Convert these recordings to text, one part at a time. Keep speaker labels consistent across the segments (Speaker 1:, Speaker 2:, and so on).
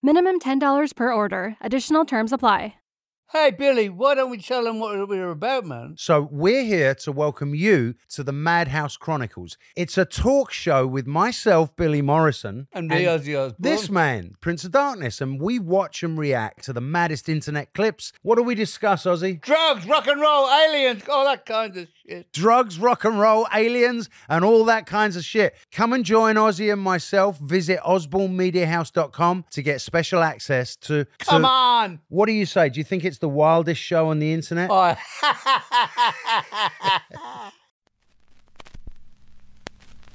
Speaker 1: Minimum $10 per order. Additional terms apply.
Speaker 2: Hey, Billy, why don't we tell them what we're about, man?
Speaker 3: So, we're here to welcome you to the Madhouse Chronicles. It's a talk show with myself, Billy Morrison,
Speaker 2: And me, Ozzy Osbourne.
Speaker 3: this man, Prince of Darkness, and we watch and react to the maddest internet clips. What do we discuss, Ozzy?
Speaker 2: Drugs, rock and roll, aliens, all that kind of shit.
Speaker 3: Drugs, rock and roll, aliens, and all that kinds of shit. Come and join Ozzy and myself. Visit osbornemediahouse.com to get special access to. to-
Speaker 2: Come on!
Speaker 3: What do you say? Do you think it's the wildest show on the internet?
Speaker 2: Oh.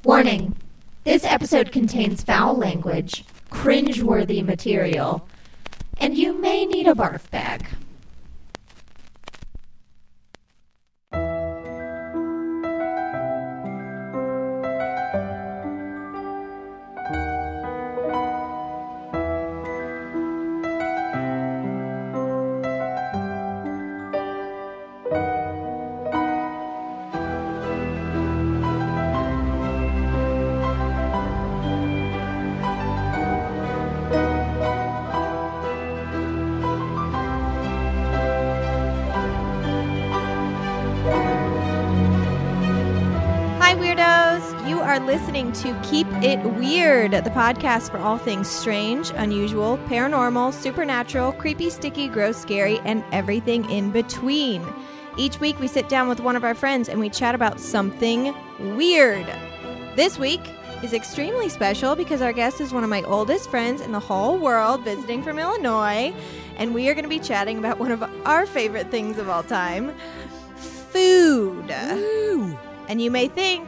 Speaker 4: Warning This episode contains foul language, cringe worthy material, and you may need a barf bag.
Speaker 5: Hi, weirdos. You are listening to Keep It Weird, the podcast for all things strange, unusual, paranormal, supernatural, creepy, sticky, gross, scary, and everything in between. Each week, we sit down with one of our friends and we chat about something weird. This week is extremely special because our guest is one of my oldest friends in the whole world visiting from Illinois, and we are going to be chatting about one of our favorite things of all time food. And you may think,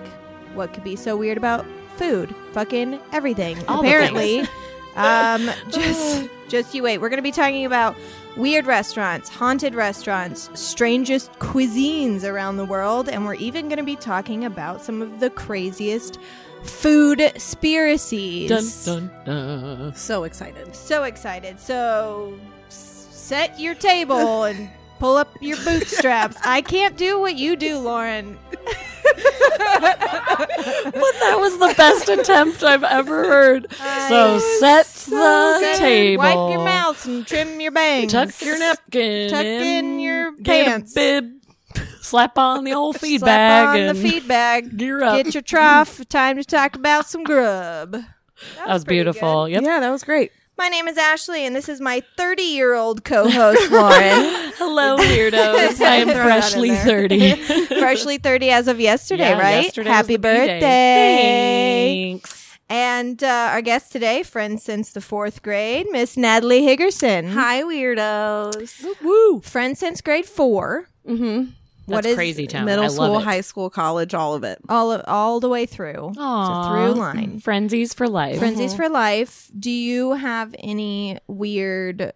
Speaker 5: what could be so weird about food? Fucking everything.
Speaker 1: All the
Speaker 5: Apparently. um, just just you wait. We're going to be talking about weird restaurants, haunted restaurants, strangest cuisines around the world, and we're even going to be talking about some of the craziest food spiracies.
Speaker 6: Dun dun dun.
Speaker 7: So excited.
Speaker 5: So excited. So s- set your table and pull up your bootstraps. I can't do what you do, Lauren.
Speaker 7: But that was the best attempt I've ever heard. So
Speaker 5: I-
Speaker 7: set the
Speaker 5: Set-
Speaker 7: table.
Speaker 5: Wipe your mouth and trim your bangs.
Speaker 7: Tuck your napkin.
Speaker 5: Tuck in
Speaker 7: in
Speaker 5: your
Speaker 7: get
Speaker 5: pants.
Speaker 7: A bib. Slap on the old feed
Speaker 5: Slap
Speaker 7: bag.
Speaker 5: on
Speaker 7: and
Speaker 5: the feed bag.
Speaker 7: Gear up.
Speaker 5: Get your trough. Time to talk about some grub. That
Speaker 7: that was
Speaker 5: pretty
Speaker 7: beautiful.
Speaker 5: good.
Speaker 7: Yep. Yeah, that was great.
Speaker 5: My name is Ashley, and this is my 30 year old co host, Lauren.
Speaker 7: Hello, weirdos. I
Speaker 5: Throw that
Speaker 7: am
Speaker 5: in
Speaker 7: freshly
Speaker 5: there.
Speaker 7: 30.
Speaker 5: Freshly 30 as of yesterday,
Speaker 7: Yeah,
Speaker 5: right?
Speaker 7: yesterday was
Speaker 5: Happy
Speaker 7: the B-Day.
Speaker 5: birthday.
Speaker 7: Thanks.
Speaker 5: And uh, our guest today, friends since the fourth grade, Miss Natalie Higgerson.
Speaker 8: Hi, weirdos.
Speaker 7: Woo.
Speaker 5: Friends since grade four.
Speaker 8: Mm-hmm.
Speaker 5: What
Speaker 7: That's
Speaker 5: is
Speaker 7: crazy town.
Speaker 8: Middle
Speaker 7: I love
Speaker 8: school,
Speaker 7: it.
Speaker 8: high school, college, all of it.
Speaker 5: All, of, all the way through. It's a
Speaker 7: Aw.
Speaker 5: through line.
Speaker 7: Frenzies for life.
Speaker 5: Frenzies
Speaker 8: Mm-hmm.
Speaker 5: for Life. Do you have any weird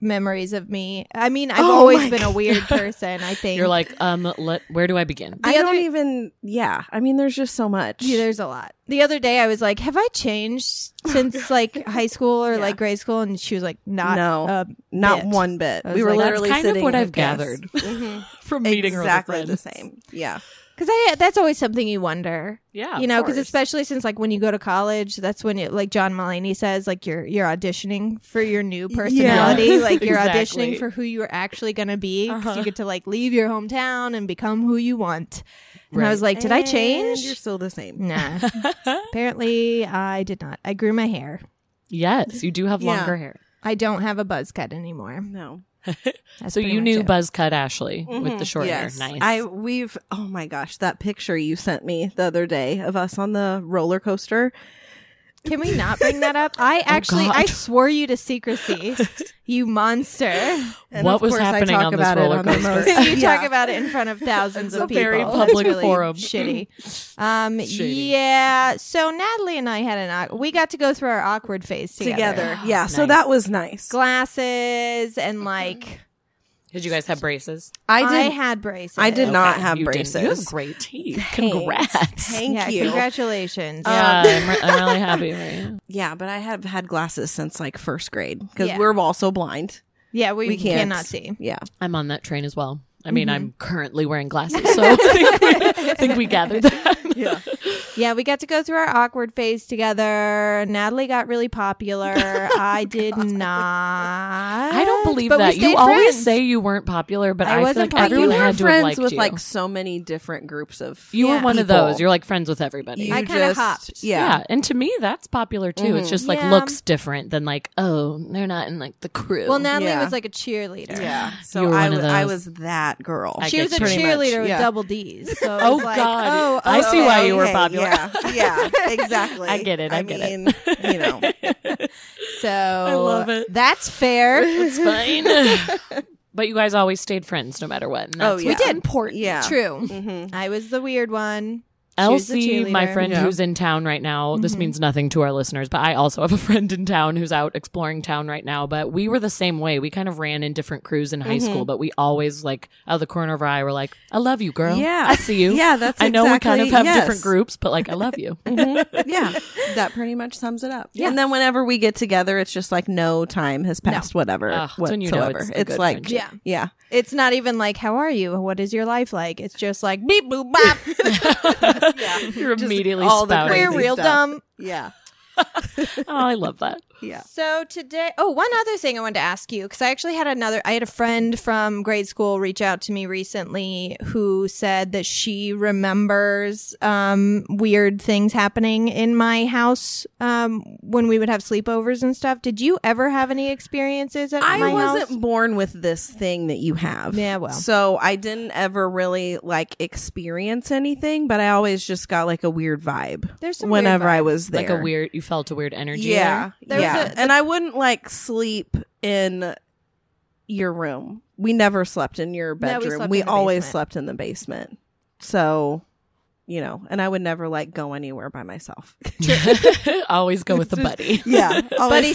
Speaker 5: memories of me? I mean, I've
Speaker 8: Oh
Speaker 5: always
Speaker 8: my
Speaker 5: been a
Speaker 8: God.
Speaker 5: weird person, I think.
Speaker 7: You're like, um, let, where do I begin?
Speaker 5: The
Speaker 8: I don't
Speaker 5: other-
Speaker 8: even. Yeah, I mean, there's just so much.
Speaker 5: Yeah, there's a lot. The other day I was like, have I changed since like high school or
Speaker 8: Yeah.
Speaker 5: like grade school? And she was like, not.
Speaker 8: no,
Speaker 5: uh,
Speaker 8: not
Speaker 5: bit.
Speaker 8: one bit.
Speaker 5: I was
Speaker 8: We were
Speaker 5: like,
Speaker 7: That's
Speaker 8: literally
Speaker 7: kind of
Speaker 8: sitting
Speaker 7: what
Speaker 8: in a
Speaker 7: I've
Speaker 8: kiss.
Speaker 7: gathered
Speaker 8: Mhm.
Speaker 7: from meeting her other
Speaker 8: exactly the
Speaker 7: friends.
Speaker 8: same. Yeah,
Speaker 5: Cause I, that's always something you wonder,
Speaker 7: Yeah,
Speaker 5: you know, cause
Speaker 7: it's
Speaker 5: especially since like when you go to college, that's when it, like John Mulaney says, like you're, you're auditioning for your new personality.
Speaker 8: Yes,
Speaker 5: like you're
Speaker 7: exactly.
Speaker 5: auditioning for who you're actually going to be. Cause
Speaker 7: Uh-huh.
Speaker 5: you get to like leave your hometown and become who you want. And I was like, did I
Speaker 8: And
Speaker 5: change?
Speaker 8: You're still the same.
Speaker 5: Nah. Apparently, I did not. I grew my hair.
Speaker 7: yes, you do have
Speaker 8: Yeah.
Speaker 7: longer hair.
Speaker 5: I don't have a buzz cut anymore.
Speaker 8: No,
Speaker 5: That's
Speaker 7: so
Speaker 5: pretty
Speaker 7: you
Speaker 5: much
Speaker 7: knew
Speaker 5: it.
Speaker 7: buzz cut Ashley with the short
Speaker 8: Mm-hmm. yes.
Speaker 7: hair. Nice.
Speaker 8: I we've oh my gosh that picture you sent me the other day of us on the roller coaster.
Speaker 5: Can we not bring that up? I actually, I
Speaker 7: Oh, God.
Speaker 5: swore you to secrecy, you monster.
Speaker 8: And
Speaker 7: What
Speaker 8: of
Speaker 7: was
Speaker 8: course I
Speaker 7: happening
Speaker 8: talk
Speaker 7: on this
Speaker 8: about it
Speaker 7: roller
Speaker 8: on the
Speaker 7: coaster?
Speaker 8: most-
Speaker 5: you talk
Speaker 8: Yeah.
Speaker 5: about it in front of thousands
Speaker 7: It's
Speaker 5: of
Speaker 7: a
Speaker 5: people.
Speaker 7: very
Speaker 5: It's
Speaker 7: public
Speaker 5: really
Speaker 7: forum.
Speaker 5: Shitty. Um,
Speaker 7: Shady.
Speaker 5: yeah. So Natalie and I had an awk- we got to go through our awkward phase together.
Speaker 8: together. Yeah, so that was nice.
Speaker 5: Glasses and like
Speaker 7: Did you guys have braces?
Speaker 5: I,
Speaker 8: I did.
Speaker 5: had braces.
Speaker 8: I did not
Speaker 7: Okay,
Speaker 8: have
Speaker 7: you didn't.
Speaker 8: braces.
Speaker 7: You have great teeth.
Speaker 8: Thanks.
Speaker 7: Congrats.
Speaker 8: Thank
Speaker 5: yeah,
Speaker 8: you.
Speaker 5: Congratulations.
Speaker 7: Yeah, I'm, re- I'm really happy for you.
Speaker 8: yeah, but I have had glasses since like first grade because
Speaker 5: Yeah.
Speaker 8: we're also blind.
Speaker 5: yeah, we,
Speaker 8: We can't.
Speaker 5: cannot see.
Speaker 8: Yeah.
Speaker 7: I'm on that train as well. I mean, I'm currently wearing glasses, so I think we, I think we gathered that. Yeah.
Speaker 5: Yeah, we got to go through our awkward phase together. Natalie got really popular. I did not.
Speaker 7: I don't believe
Speaker 5: But we
Speaker 7: that. You
Speaker 5: stayed
Speaker 7: always
Speaker 5: friends.
Speaker 7: say you were not popular, but
Speaker 5: I
Speaker 7: I, feel
Speaker 5: wasn't
Speaker 7: like everyone
Speaker 5: popular.
Speaker 7: had to have
Speaker 8: friends
Speaker 7: liked
Speaker 8: with
Speaker 7: you.
Speaker 8: like so many different groups of
Speaker 7: you
Speaker 5: Yeah.
Speaker 7: were one of
Speaker 8: people.
Speaker 7: those. You're like friends with everybody.
Speaker 8: You
Speaker 5: I kinda
Speaker 8: just-
Speaker 5: hopped.
Speaker 8: Yeah.
Speaker 7: and to me that's popular too. It's just like
Speaker 5: Yeah.
Speaker 7: looks different than like oh they're not in like the crew.
Speaker 5: Well, Natalie
Speaker 8: Yeah.
Speaker 5: was like a cheerleader.
Speaker 8: So
Speaker 7: You were
Speaker 8: I
Speaker 7: one of
Speaker 8: was I
Speaker 7: those.
Speaker 8: was that girl.
Speaker 7: I
Speaker 5: She was a
Speaker 7: get you. Pretty
Speaker 5: cheerleader
Speaker 8: much,
Speaker 5: with
Speaker 8: yeah.
Speaker 5: double D's. So it
Speaker 7: Oh,
Speaker 5: was like,
Speaker 7: God.
Speaker 5: Oh,
Speaker 7: I see why
Speaker 5: okay.
Speaker 7: you were popular.
Speaker 8: Yeah, yeah, exactly.
Speaker 7: I get it, I get it.
Speaker 8: mean, You know,
Speaker 5: So
Speaker 7: I love it.
Speaker 5: That's fair.
Speaker 7: it's fine. but you guys always stayed friends no matter what. And
Speaker 8: Oh,
Speaker 7: that's
Speaker 8: yeah.
Speaker 5: We did important.
Speaker 8: Yeah.
Speaker 5: True.
Speaker 8: Mhm.
Speaker 5: I was the weird one. She was the
Speaker 7: Elsie, my
Speaker 5: cheerleader.
Speaker 7: friend
Speaker 8: Yeah.
Speaker 7: who's in town right now, this
Speaker 8: Mm-hmm.
Speaker 7: means nothing to our listeners, but I also have a friend in town who's out exploring town right now. But we were the same way. We kind of ran in different crews in high
Speaker 8: Mm-hmm.
Speaker 7: school, but we always, like, out of the corner of our eye, were like, I love you, girl.
Speaker 8: Yeah.
Speaker 7: I see you.
Speaker 8: Yeah, that's
Speaker 7: I know we kind of
Speaker 8: exactly-
Speaker 7: have
Speaker 8: yes. Mm-hmm.
Speaker 7: different groups, but like, I love you.
Speaker 8: yeah, that pretty much sums it up. And then whenever we get together, it's just like no time has passed. Whatever,
Speaker 7: Ah, it's when you know
Speaker 8: whatsoever.
Speaker 7: it's a good
Speaker 8: like
Speaker 7: friendship.
Speaker 5: Yeah.
Speaker 8: yeah,
Speaker 5: It's not even like, how are you? What is your life like? It's just like, beep, boop, bop.
Speaker 7: You're immediately
Speaker 8: all the
Speaker 7: spouting.
Speaker 5: We're
Speaker 8: Crazy
Speaker 5: real
Speaker 8: stuff.
Speaker 5: dumb.
Speaker 8: yeah,
Speaker 7: Oh, I love that.
Speaker 8: yeah.
Speaker 5: So today, oh, one other thing I wanted to ask you because I actually had another. I had a friend from grade school reach out to me recently who said that she remembers um, weird things happening in my house um, when we would have sleepovers and stuff. Did you ever have any experiences at
Speaker 8: I
Speaker 5: my
Speaker 8: wasn't
Speaker 5: house?
Speaker 8: born with this thing that you have.
Speaker 5: Yeah, well.
Speaker 8: So I didn't ever really like experience anything, but I always just got like a weird vibe.
Speaker 5: There's some weird
Speaker 8: whenever I
Speaker 5: vibes.
Speaker 8: was there,
Speaker 7: Like a weird, you felt a weird energy.
Speaker 8: Yeah,
Speaker 5: There was
Speaker 8: yeah.
Speaker 5: a-
Speaker 8: and I wouldn't like sleep in your room. We never slept in your
Speaker 5: No, we
Speaker 8: bedroom.
Speaker 5: slept
Speaker 8: we
Speaker 5: in the
Speaker 8: always
Speaker 5: basement.
Speaker 8: slept in the basement. So, you know, and I would never like go anywhere by myself.
Speaker 7: There. always go with the buddy.
Speaker 8: yeah, always